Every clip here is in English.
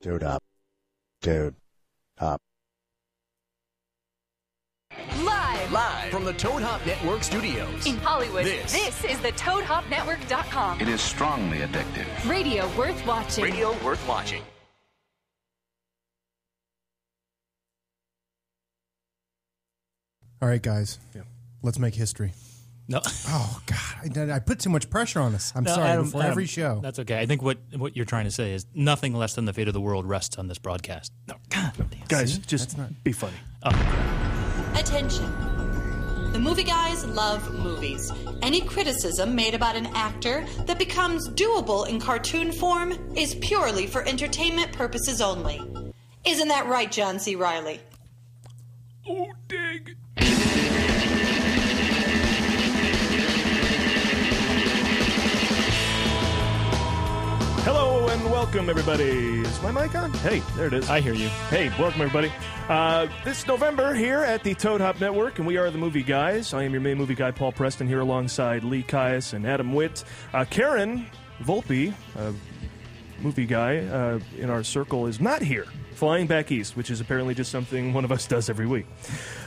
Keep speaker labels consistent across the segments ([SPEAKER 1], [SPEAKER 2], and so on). [SPEAKER 1] Dude up. Dude up.
[SPEAKER 2] Live
[SPEAKER 3] Live from the Toad Hop Network studios.
[SPEAKER 2] in Hollywood,
[SPEAKER 3] This.
[SPEAKER 2] is the ToadHopNetwork.com.
[SPEAKER 4] It is strongly addictive.
[SPEAKER 2] Radio worth watching.
[SPEAKER 3] Radio worth watching.
[SPEAKER 5] All right, guys. Let's make history.
[SPEAKER 6] No,
[SPEAKER 5] Oh God, I, I put too much pressure on us. I'm
[SPEAKER 6] No,
[SPEAKER 5] sorry.
[SPEAKER 6] Adam,
[SPEAKER 5] before
[SPEAKER 6] Adam,
[SPEAKER 5] every show,
[SPEAKER 6] That's okay. I think what what you're trying to say is nothing less than the fate of the world rests on this broadcast. No, God, damn.
[SPEAKER 7] Guys, just be funny.
[SPEAKER 8] Attention. The movie guys love movies. Any criticism made about an actor that becomes doable in cartoon form is purely for entertainment purposes only. Isn't that right, John C. Riley?
[SPEAKER 7] Hello and welcome, everybody. Is my mic on? Hey, there it is.
[SPEAKER 6] I hear you.
[SPEAKER 7] Hey, welcome everybody. Uh, this November here at the Toad Hop Network, and we are the Movie Guys. I am your main movie guy, Paul Preston, here alongside Lee Caius and Adam Witt. Uh, Karen Volpe, uh, movie guy uh, in our circle, is not here. Flying back east, which is apparently just something one of us does every week.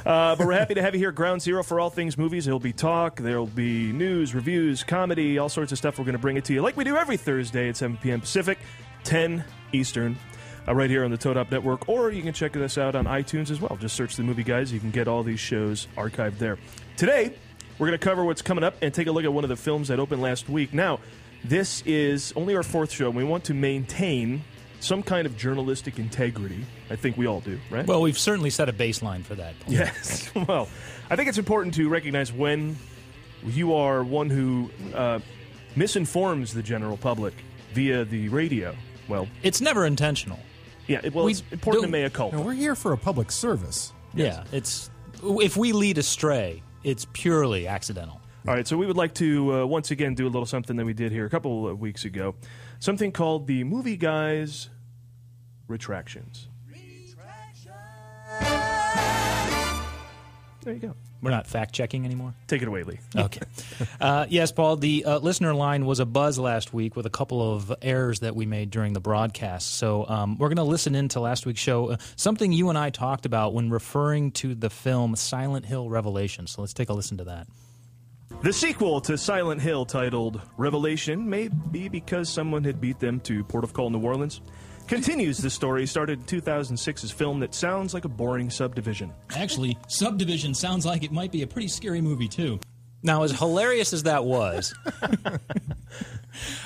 [SPEAKER 7] Uh, but we're happy to have you here, Ground Zero, for all things movies. There'll be talk, there'll be news, reviews, comedy, all sorts of stuff. We're going to bring it to you like we do every Thursday at 7 p.m. Pacific, 10 Eastern uh, right here on the Toad Hop Network, or you can check us out on iTunes as well. Just search the movie guys. You can get all these shows archived there. Today, we're going to cover what's coming up and take a look at one of the films that opened last week. Now, this is only our fourth show, and we want to maintain some kind of journalistic integrity. I think we all do, right?
[SPEAKER 6] Well, we've certainly set a baseline for that. Paul.
[SPEAKER 7] Yes. Well, I think it's important to recognize when you are one who uh, misinforms the general public via the radio. Well,
[SPEAKER 6] It's never intentional.
[SPEAKER 7] yeah. Well,
[SPEAKER 6] We
[SPEAKER 7] it's important to
[SPEAKER 6] don't-
[SPEAKER 7] make a cult.
[SPEAKER 5] no, we're here for a public service.
[SPEAKER 6] Yeah, it's if we lead astray, it's purely accidental.
[SPEAKER 7] All right, so we would like to uh, once again do a little something that we did here a couple of weeks ago, something called the Movie Guys Retractions. There you go.
[SPEAKER 6] We're not fact checking anymore.
[SPEAKER 7] Take it away, Lee.
[SPEAKER 6] Okay. Uh, yes, Paul, the uh, listener line was a buzz last week with a couple of errors that we made during the broadcast. So um, we're going to listen in to last week's show, uh, something you and I talked about when referring to the film Silent Hill Revelation. So let's take a listen to that.
[SPEAKER 7] The sequel to Silent Hill, titled Revelation, may be because someone had beat them to Port of Call, New Orleans, continues the story started in 2006's film that sounds like a boring subdivision.
[SPEAKER 6] Actually, Subdivision sounds like it might be a pretty scary movie, too. Now, as hilarious as that was,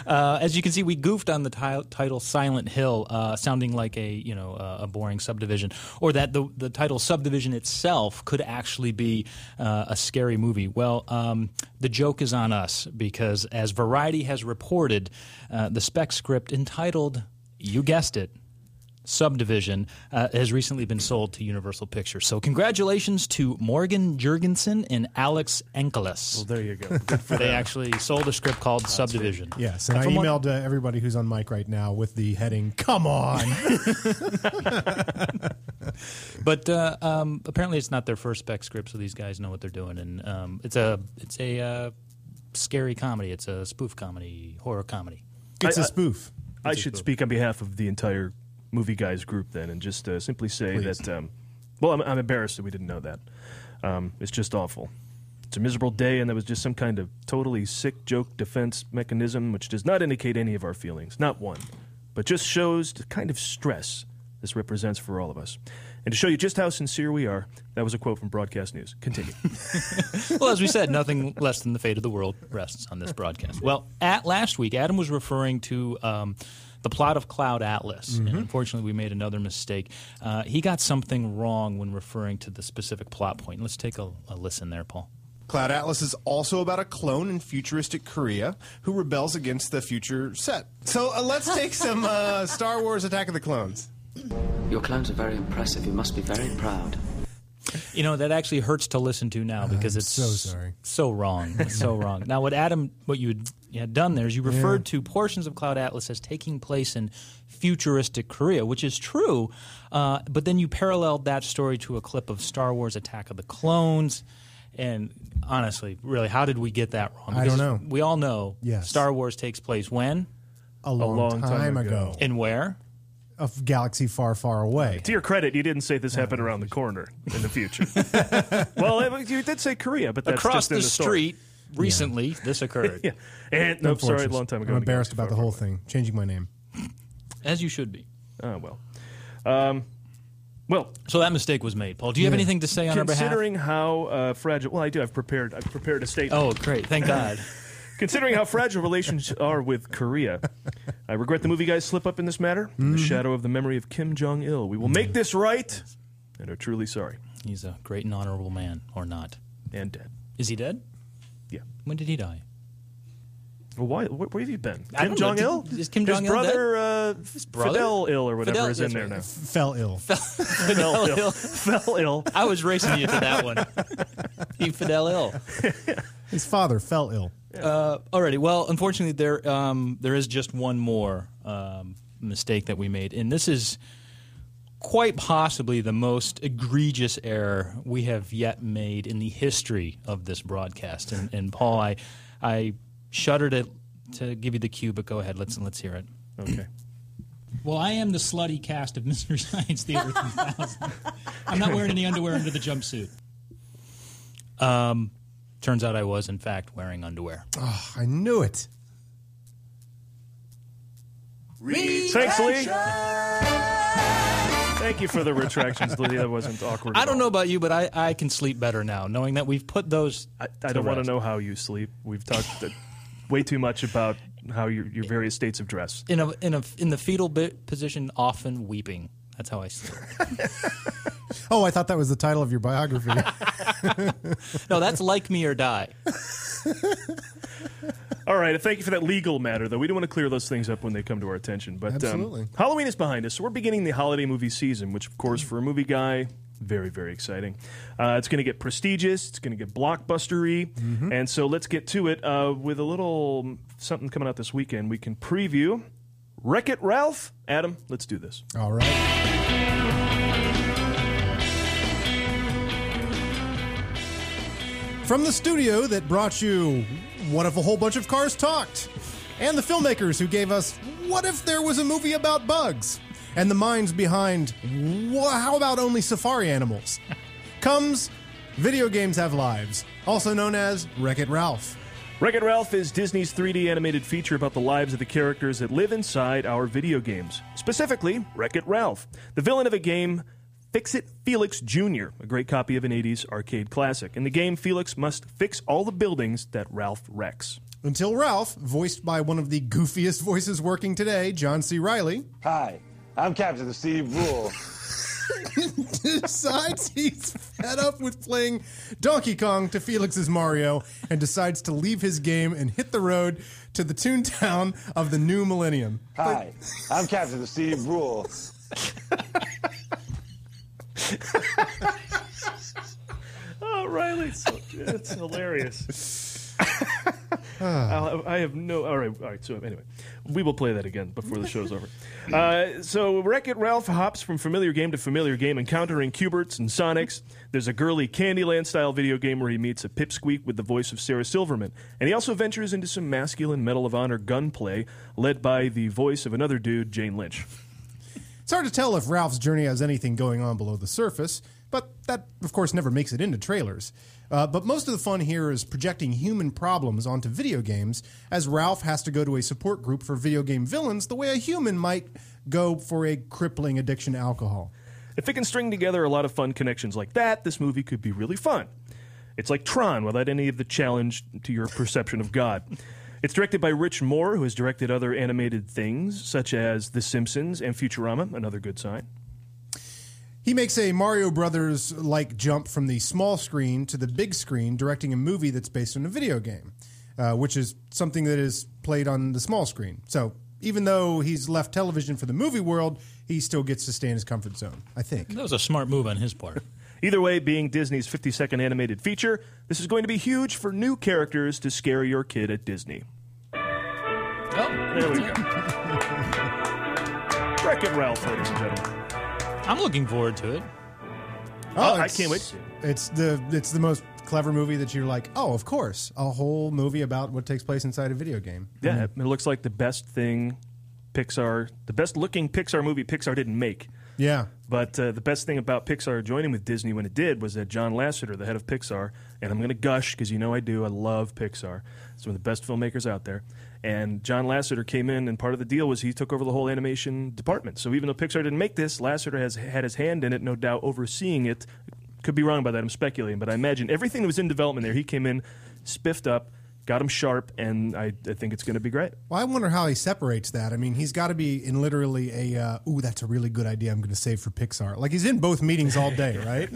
[SPEAKER 6] uh, as you can see, we goofed on the ti- title "Silent Hill," uh, sounding like a you know uh, a boring subdivision, or that the the title "Subdivision" itself could actually be uh, a scary movie. Well, um, the joke is on us because, as Variety has reported, uh, the spec script entitled "You guessed it." Subdivision uh, has recently been sold to Universal Pictures. So, congratulations to Morgan Jurgensen and Alex Enkelis.
[SPEAKER 7] There you go.
[SPEAKER 6] they actually sold a script called Subdivision.
[SPEAKER 5] Yes, and I
[SPEAKER 6] From what-
[SPEAKER 5] emailed uh, everybody who's on mic right now with the heading "Come on."
[SPEAKER 6] But uh, um, apparently, it's not their first spec script, so these guys know what they're doing. And um, it's a it's a uh, scary comedy. It's a spoof comedy, horror comedy.
[SPEAKER 5] It's
[SPEAKER 7] I-
[SPEAKER 5] a spoof.
[SPEAKER 7] I should speak on behalf of the entire movie guys group then, and just uh, simply say that. Um, well, I'm, I'm embarrassed that we didn't know that. Um, it's just awful. It's a miserable day, and that was just some kind of totally sick joke defense mechanism, which does not indicate any of our feelings, not one, but just shows the kind of stress this represents for all of us. And to show you just how sincere we are, that was a quote from Broadcast News. Continue.
[SPEAKER 6] well, as we said, nothing less than the fate of the world rests on this broadcast. Well, at last week, Adam was referring to um, the plot of Cloud Atlas, and unfortunately, we made another mistake. Uh, he got something wrong when referring to the specific plot point. Let's take a, a listen there, Paul.
[SPEAKER 9] Cloud Atlas is also about a clone in futuristic Korea who rebels against the future set. So uh, let's take some uh, Star Wars Attack of the Clones.
[SPEAKER 10] Your clowns are very impressive. You must be very proud.
[SPEAKER 6] You know that actually hurts to listen to now because it's
[SPEAKER 5] Uh, so sorry.
[SPEAKER 6] so wrong, It's so wrong. Now, what Adam, what you had, you had done there is you referred to portions of Cloud Atlas as taking place in futuristic Korea, which is true, uh, but then you paralleled that story to a clip of Star Wars: Attack of the Clones. And honestly, really, how did we get that wrong?
[SPEAKER 5] I don't know.
[SPEAKER 6] We all know
[SPEAKER 5] Yes.
[SPEAKER 6] Star Wars takes place when
[SPEAKER 5] A long,
[SPEAKER 7] long time
[SPEAKER 5] time,
[SPEAKER 7] ago.
[SPEAKER 5] ago.
[SPEAKER 6] and where.
[SPEAKER 5] a f- galaxy far, far away.
[SPEAKER 7] To your credit, you didn't say this happened around the corner in the future. well, it- you did say Korea, but that's
[SPEAKER 6] Across
[SPEAKER 7] just in
[SPEAKER 6] the
[SPEAKER 7] story.
[SPEAKER 6] street, recently, this occurred.
[SPEAKER 7] Yeah, and no, sorry, a
[SPEAKER 5] Fortress.
[SPEAKER 7] long time ago.
[SPEAKER 5] I'm
[SPEAKER 7] in the
[SPEAKER 5] embarrassed
[SPEAKER 7] galaxy
[SPEAKER 5] about the
[SPEAKER 7] far,
[SPEAKER 5] whole thing. Changing my name.
[SPEAKER 6] As you should be.
[SPEAKER 7] far away. Oh well. Um, well,
[SPEAKER 6] So that mistake was made. Paul, do you have anything to say on our behalf?
[SPEAKER 7] considering how uh, fragile. Well, I do. I've prepared. I've prepared a statement.
[SPEAKER 6] Oh, great. Thank God.
[SPEAKER 7] Considering how fragile relations are with Korea, I regret the movie guys slip up in this matter. In
[SPEAKER 6] Mm-hmm.
[SPEAKER 7] the shadow of the memory of Kim Jong Il, we will make
[SPEAKER 6] Mm.
[SPEAKER 7] this right, and are truly sorry.
[SPEAKER 6] He's a great and honorable man, or not.
[SPEAKER 7] And dead.
[SPEAKER 6] Is he dead?
[SPEAKER 7] Yeah.
[SPEAKER 6] When did he die?
[SPEAKER 7] Well, why? Where, where have you been?
[SPEAKER 6] I
[SPEAKER 7] Kim
[SPEAKER 6] don't know.
[SPEAKER 7] Jong Il?
[SPEAKER 6] Did- is Kim Jong-il
[SPEAKER 7] His brother, uh, His
[SPEAKER 6] brother?
[SPEAKER 7] Fidel Il, or whatever,
[SPEAKER 6] Fidel-
[SPEAKER 7] is in
[SPEAKER 6] that's
[SPEAKER 7] there
[SPEAKER 6] right.
[SPEAKER 7] now.
[SPEAKER 5] Fell ill.
[SPEAKER 7] Fidel
[SPEAKER 6] Ill.
[SPEAKER 7] Il. Fell ill.
[SPEAKER 6] I was racing you to that one. he Fidel ill. Uh,
[SPEAKER 5] His father fell ill.
[SPEAKER 6] Alrighty. Well, unfortunately, there um, there is just one more um, mistake that we made, and this is quite possibly the most egregious error we have yet made in the history of this broadcast. And, and Paul, I I shudder to to give you the cue, but go ahead. Let's let's hear it.
[SPEAKER 7] Okay.
[SPEAKER 4] Well, I am the slutty cast of Mystery Science Theater 3000. I'm not wearing any underwear under the jumpsuit.
[SPEAKER 6] Um, Turns out I was in fact wearing underwear.
[SPEAKER 5] I knew it.
[SPEAKER 7] Thanks, Lee. Thank you for the retractions, Lee. That wasn't awkward.
[SPEAKER 6] I
[SPEAKER 7] at
[SPEAKER 6] don't know
[SPEAKER 7] all.
[SPEAKER 6] about you, but I, I can sleep better now, knowing that we've put those.
[SPEAKER 7] I, I don't want to
[SPEAKER 6] rest.
[SPEAKER 7] know how you sleep. We've talked uh, way too much about how your, your various states of dress.
[SPEAKER 6] in a in a in the fetal bit position, often weeping. That's how I sleep.
[SPEAKER 5] Oh, I thought that was the title of your biography.
[SPEAKER 6] No, that's like me or die.
[SPEAKER 7] All right. Thank you for that legal matter, though. We do want to clear those things up when they come to our attention. But
[SPEAKER 5] Absolutely.
[SPEAKER 7] Um, Halloween is behind us, so we're beginning the holiday movie season, which, of course, for a movie guy, very, very exciting. Uh, it's going to get prestigious. It's going to get blockbustery. And so let's get to it uh, with a little something coming out this weekend. We can preview Wreck It Ralph. Adam, let's do this.
[SPEAKER 5] All right. From the studio that brought you What If a Whole Bunch of Cars Talked? And the filmmakers who gave us What If There Was a Movie About Bugs? And the minds behind "Wha- How About Only Safari Animals? Comes Video Games Have Lives, also known as Wreck It Ralph.
[SPEAKER 7] Wreck It Ralph is Disney's 3D animated feature about the lives of the characters that live inside our video games. Specifically, Wreck It Ralph, the villain of a game, Fix It Felix Jr., a great copy of an 80s arcade classic. In the game, Felix must fix all the buildings that Ralph wrecks.
[SPEAKER 5] Until Ralph, voiced by one of the goofiest voices working today, John C. Riley,
[SPEAKER 11] Hi, I'm Captain Steve Rule.
[SPEAKER 5] decides he's fed up with playing Donkey Kong to Felix's Mario and decides to leave his game and hit the road to the Toontown of the new millennium.
[SPEAKER 11] Hi, I'm Captain Steve Rule.
[SPEAKER 7] Oh, Riley, it's, it's hilarious. I'll- I have no. All right, all right. So anyway, we will play that again before the show's over. Uh, so Wreck It Ralph hops from familiar game to familiar game, encountering Cuberts and Sonics. There's a girly Candyland style video game where he meets a Pipsqueak with the voice of Sarah Silverman, and he also ventures into some masculine Medal of Honor gunplay led by the voice of another dude, Jane Lynch.
[SPEAKER 5] It's hard to tell if Ralph's journey has anything going on below the surface, but that, of course, never makes it into trailers. Uh, but most of the fun here is projecting human problems onto video games, as Ralph has to go to a support group for video game villains the way a human might go for a crippling addiction to alcohol.
[SPEAKER 7] If it can string together a lot of fun connections like that, this movie could be really fun. It's like Tron without any of the challenge to your perception of God. It's directed by Rich Moore, who has directed other animated things such as The Simpsons and Futurama, another good sign.
[SPEAKER 5] He makes a Mario Brothers like jump from the small screen to the big screen, directing a movie that's based on a video game, uh, which is something that is played on the small screen. So even though he's left television for the movie world, he still gets to stay in his comfort zone, I think.
[SPEAKER 6] That was a smart move on his part.
[SPEAKER 7] Either way, being Disney's 52nd animated feature, this is going to be huge for new characters to scare your kid at Disney.
[SPEAKER 6] Oh,
[SPEAKER 7] There we go. Wreck It Ralph, ladies and gentlemen.
[SPEAKER 6] I'm looking forward to it.
[SPEAKER 7] Oh, I
[SPEAKER 5] it's-
[SPEAKER 7] can't wait to see it.
[SPEAKER 5] It's the it's the most clever movie that you're like, oh, of course, a whole movie about what takes place inside a video game.
[SPEAKER 7] Yeah, it looks like the best thing Pixar, the best looking Pixar movie Pixar didn't make.
[SPEAKER 5] Yeah.
[SPEAKER 7] But uh, the best thing about Pixar joining with Disney when it did was that John Lasseter, the head of Pixar, and I'm going to gush because you know I do, I love Pixar. It's one of the best filmmakers out there. And John Lasseter came in, and part of the deal was he took over the whole animation department. So even though Pixar didn't make this, Lasseter has had his hand in it, no doubt, overseeing it. Could be wrong about that, I'm speculating, but I imagine everything that was in development there, he came in, spiffed up, got him sharp, and I, I think it's going to be great.
[SPEAKER 5] Well, I wonder how he separates that. I mean, he's got to be in literally a, uh, ooh, that's a really good idea I'm going to save for Pixar. Like, he's in both meetings all day, right?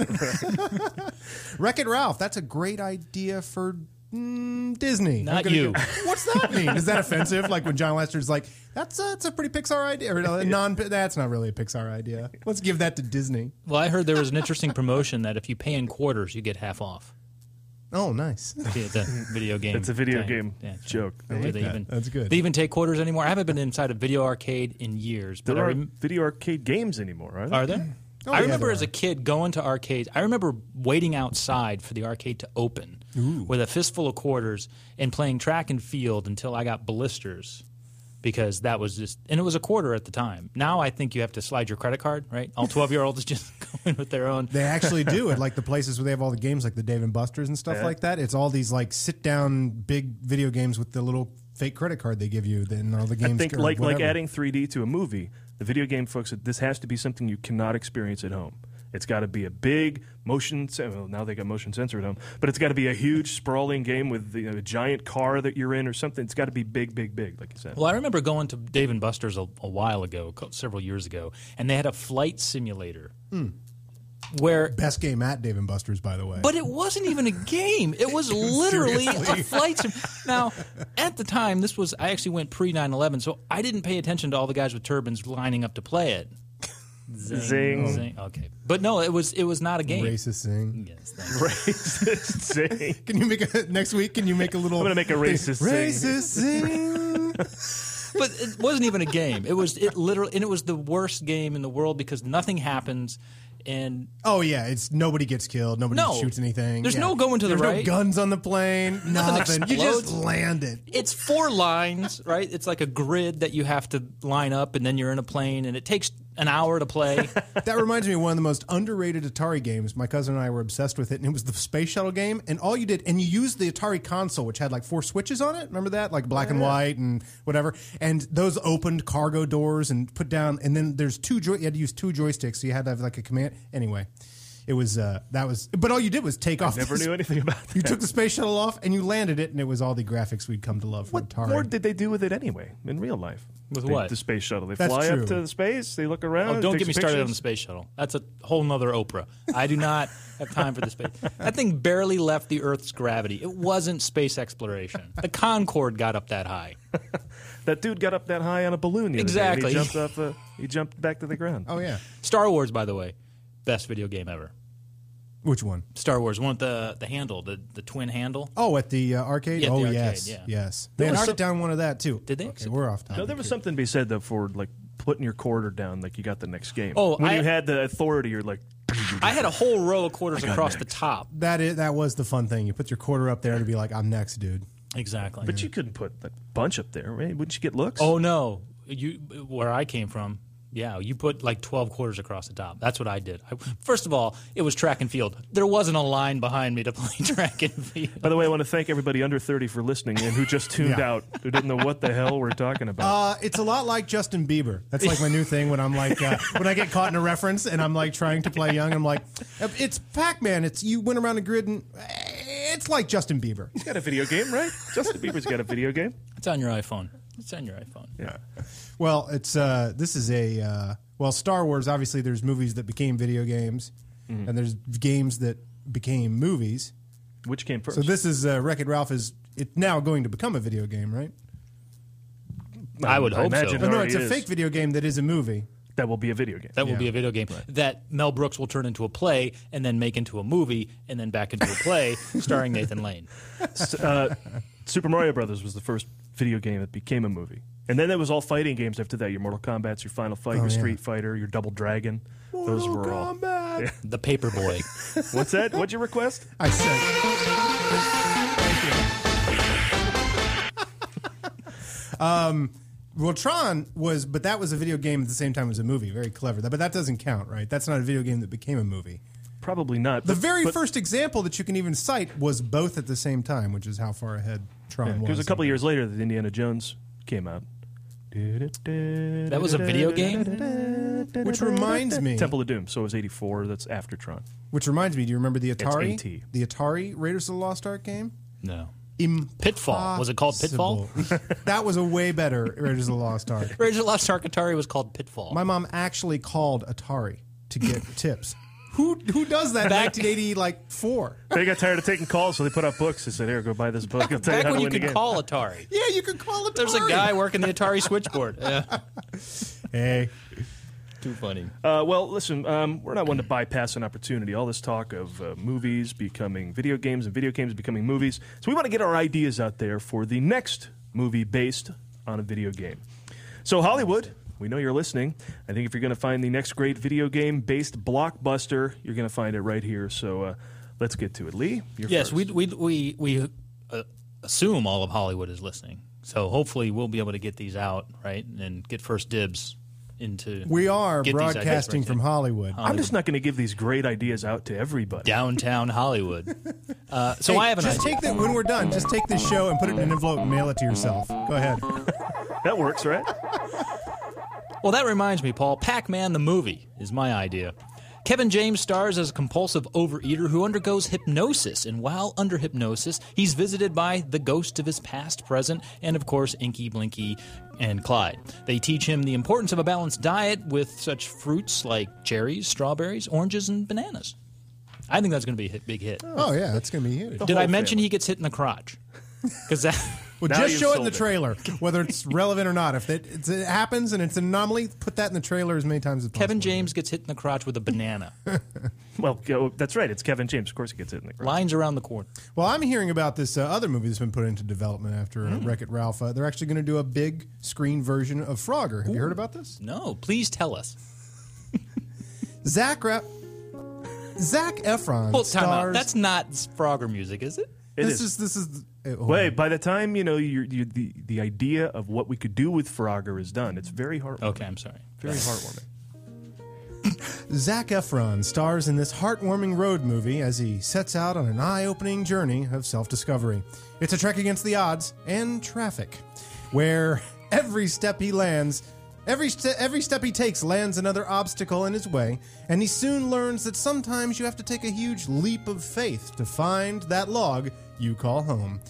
[SPEAKER 5] Wreck It Ralph, that's a great idea for mm, Disney. I'm
[SPEAKER 6] Not
[SPEAKER 5] gonna
[SPEAKER 6] you.
[SPEAKER 5] go- What's that mean? Is that offensive? Like, when John Lester's like, that's a, that's a pretty Pixar idea. Or, uh, non, that's not really a Pixar idea. Let's give that to Disney.
[SPEAKER 6] Well, I heard there was an interesting promotion that if you pay in quarters, you get half off.
[SPEAKER 5] Oh, nice.
[SPEAKER 6] It's a video game.
[SPEAKER 7] It's a video
[SPEAKER 6] thing.
[SPEAKER 7] game
[SPEAKER 6] Yeah, it's-
[SPEAKER 7] joke. I
[SPEAKER 6] do
[SPEAKER 7] like
[SPEAKER 6] they
[SPEAKER 5] that.
[SPEAKER 6] even-
[SPEAKER 5] That's good.
[SPEAKER 6] They even take quarters anymore. I haven't been inside a video arcade in years. But
[SPEAKER 7] There
[SPEAKER 6] I
[SPEAKER 7] aren't
[SPEAKER 6] rem-
[SPEAKER 7] video arcade games anymore, are there?
[SPEAKER 6] are there?
[SPEAKER 5] Oh,
[SPEAKER 6] I
[SPEAKER 5] yeah,
[SPEAKER 6] remember
[SPEAKER 5] there
[SPEAKER 6] as
[SPEAKER 5] are.
[SPEAKER 6] a kid going to arcades. I remember waiting outside for the arcade to open with a fistful of quarters and playing track and field until I got blisters because that was just and it was a quarter at the time. Now I think you have to slide your credit card, right? All 12-year-olds just go in with their own
[SPEAKER 5] They actually do at like the places where they have all the games, like the Dave and Buster's and stuff
[SPEAKER 7] Yeah.
[SPEAKER 5] like that. It's all these like sit down big video games with the little fake credit card they give you. Then all the games.
[SPEAKER 7] I think
[SPEAKER 5] or
[SPEAKER 7] like like
[SPEAKER 5] whatever.
[SPEAKER 7] adding 3D to a movie, the video game folks said this has to be something you cannot experience at home. It's got to be a big motion. sen- Well, now they got motion sensor at home, but it's got to be a huge sprawling game with you know, a giant car that you're in or something. It's got to be big, big, big, like you said.
[SPEAKER 6] Well, I remember going to Dave and Buster's a, a while ago, co- several years ago, and they had a flight simulator
[SPEAKER 5] Hmm.
[SPEAKER 6] where.
[SPEAKER 5] best game at Dave and Buster's, by the way.
[SPEAKER 6] But it wasn't even a game. It was literally a flight sim. Now, at the time, this was I actually went pre 9/11, so I didn't pay attention to all the guys with turbans lining up to play it. Zing,
[SPEAKER 7] Zing.
[SPEAKER 6] Okay, but no, it was it was not a game.
[SPEAKER 5] racist thing.
[SPEAKER 6] Yes, thanks.
[SPEAKER 7] Racist thing.
[SPEAKER 5] Can you make a next week? Can you make a little?
[SPEAKER 7] I'm gonna make a racist thing.
[SPEAKER 5] Racist thing.
[SPEAKER 6] but it wasn't even a game. It was it literally, and it was the worst game in the world because nothing happens, and
[SPEAKER 5] Oh yeah, it's nobody gets killed. Nobody
[SPEAKER 6] No.
[SPEAKER 5] shoots anything.
[SPEAKER 6] There's
[SPEAKER 5] Yeah.
[SPEAKER 6] no going to the
[SPEAKER 5] There's
[SPEAKER 6] right.
[SPEAKER 5] No guns on the plane. Nothing. You just
[SPEAKER 6] explodes.
[SPEAKER 5] land it.
[SPEAKER 6] it's four lines, right? It's like a grid that you have to line up, and then you're in a plane, and it takes an hour to play.
[SPEAKER 5] that reminds me of one of the most underrated Atari games. My cousin and I were obsessed with it, and it was the space shuttle game. And all you did, and you used the Atari console, which had like four switches on it. Remember that, like black and white and whatever. And those opened cargo doors and put down. And then there's two. Joy- you had to use two joysticks, so you had to have like a command. Anyway, it was uh, that was. But all you did was take off.
[SPEAKER 7] Never
[SPEAKER 5] this-
[SPEAKER 7] knew anything about that.
[SPEAKER 5] You took the space shuttle off and you landed it, and it was all the graphics we'd come to love from
[SPEAKER 7] what
[SPEAKER 5] Atari.
[SPEAKER 7] more did they do with it anyway in real life?
[SPEAKER 6] With
[SPEAKER 7] They-
[SPEAKER 6] what?
[SPEAKER 7] the space shuttle? They
[SPEAKER 5] That's
[SPEAKER 7] fly
[SPEAKER 5] true.
[SPEAKER 7] up to the space. They look around.
[SPEAKER 6] Oh, don't
[SPEAKER 7] take
[SPEAKER 6] get
[SPEAKER 7] some
[SPEAKER 6] me started on the
[SPEAKER 7] pictures.
[SPEAKER 6] space shuttle. That's a whole nother Oprah. I do not have time for the space. That thing barely left the Earth's gravity. It wasn't space exploration. The Concorde got up that high.
[SPEAKER 7] That dude got up that high on a balloon. the other day, and
[SPEAKER 6] Exactly.
[SPEAKER 7] he jumped off. A, he jumped back to the ground.
[SPEAKER 5] oh yeah,
[SPEAKER 6] Star Wars, by the way, best video game ever.
[SPEAKER 5] which one?
[SPEAKER 6] Star Wars, one with the the handle, the the twin handle.
[SPEAKER 5] Oh, at the uh, arcade.
[SPEAKER 6] Yeah, at
[SPEAKER 5] oh
[SPEAKER 6] the arcade,
[SPEAKER 5] yes,
[SPEAKER 6] yeah.
[SPEAKER 5] yes. They had
[SPEAKER 6] was
[SPEAKER 5] to
[SPEAKER 6] some-
[SPEAKER 5] sit down one of that too.
[SPEAKER 6] Did they?
[SPEAKER 5] Okay, we're off time.
[SPEAKER 7] No, there was something to be said though for like putting your quarter down, like you got the next game.
[SPEAKER 6] Oh,
[SPEAKER 7] when
[SPEAKER 6] I-
[SPEAKER 7] you had the authority, you're like,
[SPEAKER 6] I had a whole row of quarters across the top.
[SPEAKER 5] That is, that was the fun thing. You put your quarter up there to be like, I'm next, dude.
[SPEAKER 6] Exactly.
[SPEAKER 7] but you couldn't put a bunch up there, right? Wouldn't you get looks?
[SPEAKER 6] Oh no, you where I came from. Yeah, you put like twelve quarters across the top. That's what I did. I, first of all, it was track and field. There wasn't a line behind me to play track and field.
[SPEAKER 7] By the way, I want to thank everybody under 30 for listening and who just tuned
[SPEAKER 5] Yeah.
[SPEAKER 7] out, who didn't know what the hell we're talking about.
[SPEAKER 5] Uh, it's a lot like Justin Bieber. That's like my new thing when I'm like uh, when I get caught in a reference and I'm like trying to play young. I'm like, it's Pac-Man. It's you went around a grid and eh, it's like Justin Bieber.
[SPEAKER 7] He's got a video game, right? Justin Bieber's got a video game.
[SPEAKER 6] It's on your iPhone. It's on your iPhone.
[SPEAKER 7] Yeah.
[SPEAKER 5] Well, it's uh, this is a uh, well Star Wars. Obviously, there's movies that became video games,
[SPEAKER 6] Mm-hmm.
[SPEAKER 5] and there's games that became movies.
[SPEAKER 7] Which came first?
[SPEAKER 5] So this is uh, Wreck-It Ralph is it's now going to become a video game, right?
[SPEAKER 6] I would hope so.
[SPEAKER 7] imagine
[SPEAKER 6] It
[SPEAKER 5] Well, no,
[SPEAKER 7] already
[SPEAKER 5] it's a
[SPEAKER 7] is.
[SPEAKER 5] fake video game that is a movie.
[SPEAKER 7] That will be a video game.
[SPEAKER 6] That will
[SPEAKER 5] Yeah.
[SPEAKER 6] be a video game that Mel Brooks will turn into a play and then make into a movie and then back into a play starring Nathan Lane.
[SPEAKER 7] uh, Super Mario Brothers was the first video game that became a movie. And then there was all fighting games after that. Your Mortal Kombat's, your Final Fight, your
[SPEAKER 5] Oh, yeah.
[SPEAKER 7] Street Fighter, your Double Dragon. Those were all.
[SPEAKER 5] Kombat.
[SPEAKER 6] The Paperboy.
[SPEAKER 7] What's that? What'd you request?
[SPEAKER 5] I said. Um, Well, Tron was, but that was a video game at the same time as a movie. Very clever. That- But that doesn't count, right? That's not a video game that became a movie.
[SPEAKER 7] Probably not.
[SPEAKER 5] The
[SPEAKER 7] but-
[SPEAKER 5] very
[SPEAKER 7] but-
[SPEAKER 5] first example that you can even cite was both at the same time, which is how far ahead Tron
[SPEAKER 7] Yeah,
[SPEAKER 5] was.
[SPEAKER 7] it was a couple years later that Indiana Jones came out. That
[SPEAKER 6] was a video game?
[SPEAKER 5] Which reminds me-
[SPEAKER 7] Temple of Doom. So it was '84. That's after Tron.
[SPEAKER 5] Which reminds me, do you remember the
[SPEAKER 7] It's
[SPEAKER 5] Atari?
[SPEAKER 7] AT.
[SPEAKER 5] The Atari Raiders of the Lost Ark game?
[SPEAKER 6] No.
[SPEAKER 5] Impossible.
[SPEAKER 6] Pitfall. Was it called Pitfall?
[SPEAKER 5] that was a way better Raiders of the Lost Ark.
[SPEAKER 6] Raiders of the Lost Ark Atari was called Pitfall.
[SPEAKER 5] My mom actually called Atari to get tips. Who who does that in
[SPEAKER 6] Back-
[SPEAKER 5] 1980 like four?
[SPEAKER 7] They got tired of taking calls, so they put out books. They said, "Here, go buy this book. I'll tell
[SPEAKER 6] Back
[SPEAKER 7] you how
[SPEAKER 6] when
[SPEAKER 7] to
[SPEAKER 6] you
[SPEAKER 7] win the
[SPEAKER 6] could
[SPEAKER 7] game."
[SPEAKER 6] call Atari.
[SPEAKER 5] Yeah, you could call it.
[SPEAKER 6] There's a guy working the Atari switchboard. Yeah.
[SPEAKER 5] Hey,
[SPEAKER 6] Too funny.
[SPEAKER 7] Uh, well, listen, um, we're not one to bypass an opportunity. All this talk of uh, movies becoming video games and video games becoming movies. So we want to get our ideas out there for the next movie based on a video game. So, Hollywood, we know you're listening. I think if you're going to find the next great video game based blockbuster, you're going to find it right here. So uh, let's get to it. Lee, you're
[SPEAKER 6] Yes,
[SPEAKER 7] first.
[SPEAKER 6] we we we we uh, assume all of Hollywood is listening. So hopefully we'll be able to get these out right and get first dibs into.
[SPEAKER 5] we are
[SPEAKER 6] get these ideas
[SPEAKER 5] broadcasting
[SPEAKER 6] right
[SPEAKER 5] from
[SPEAKER 6] in.
[SPEAKER 5] Hollywood.
[SPEAKER 7] I'm just not going to give these great ideas out to everybody.
[SPEAKER 6] downtown Hollywood. Uh, so
[SPEAKER 5] Hey,
[SPEAKER 6] I have an
[SPEAKER 5] just
[SPEAKER 6] idea.
[SPEAKER 5] take that when we're done. Just take this show and put it in an envelope and mail it to yourself. Go ahead.
[SPEAKER 7] That works, right?
[SPEAKER 6] Well, that reminds me, Paul. Pac Man the movie is my idea. Kevin James stars as a compulsive overeater who undergoes hypnosis, and while under hypnosis, he's visited by the ghost of his past, present, and of course, Inky, Blinky, and Clyde. They teach him the importance of a balanced diet with such fruits like cherries, strawberries, oranges, and bananas. I think that's going to be a hit- big hit.
[SPEAKER 5] Oh yeah, that's gonna be huge.
[SPEAKER 6] Did I
[SPEAKER 7] whole
[SPEAKER 6] mention he gets hit in the crotch? Because that.
[SPEAKER 5] Well,
[SPEAKER 7] Now
[SPEAKER 5] just
[SPEAKER 7] you've
[SPEAKER 5] show it in
[SPEAKER 7] sold
[SPEAKER 5] the
[SPEAKER 7] it.
[SPEAKER 5] trailer, whether it's relevant or not. If it, it's, it happens and it's an anomaly, put that in the trailer as many times as possible.
[SPEAKER 6] Kevin James gets hit in the crotch with a banana.
[SPEAKER 7] Well, go- that's right. It's Kevin James. Of course, he gets it in the ground.
[SPEAKER 6] Lines around the corner.
[SPEAKER 5] Well, I'm hearing about this uh, other movie that's been put into development after
[SPEAKER 7] Hmm.
[SPEAKER 5] uh, Wreck It Ralph. Uh, they're actually going to do a big screen version of Frogger. Have you heard about this?
[SPEAKER 6] No, please tell us.
[SPEAKER 5] Zach Ra- Zach Efron
[SPEAKER 6] Well, time out.
[SPEAKER 5] stars.
[SPEAKER 6] That's not Frogger music, is it?
[SPEAKER 7] It
[SPEAKER 5] this
[SPEAKER 7] is.
[SPEAKER 5] is this is. eh, hold
[SPEAKER 7] Wait,
[SPEAKER 5] on.
[SPEAKER 7] by the time you know you you the the idea of what we could do with Frogger is done, it's very heartwarming.
[SPEAKER 6] Okay, I'm sorry.
[SPEAKER 7] very heartwarming.
[SPEAKER 5] Zach Efron stars in this heartwarming road movie as he sets out on an eye-opening journey of self-discovery. It's a trek against the odds and traffic, where every step he lands, every st- every step he takes lands another obstacle in his way, and he soon learns that sometimes you have to take a huge leap of faith to find that log you call home.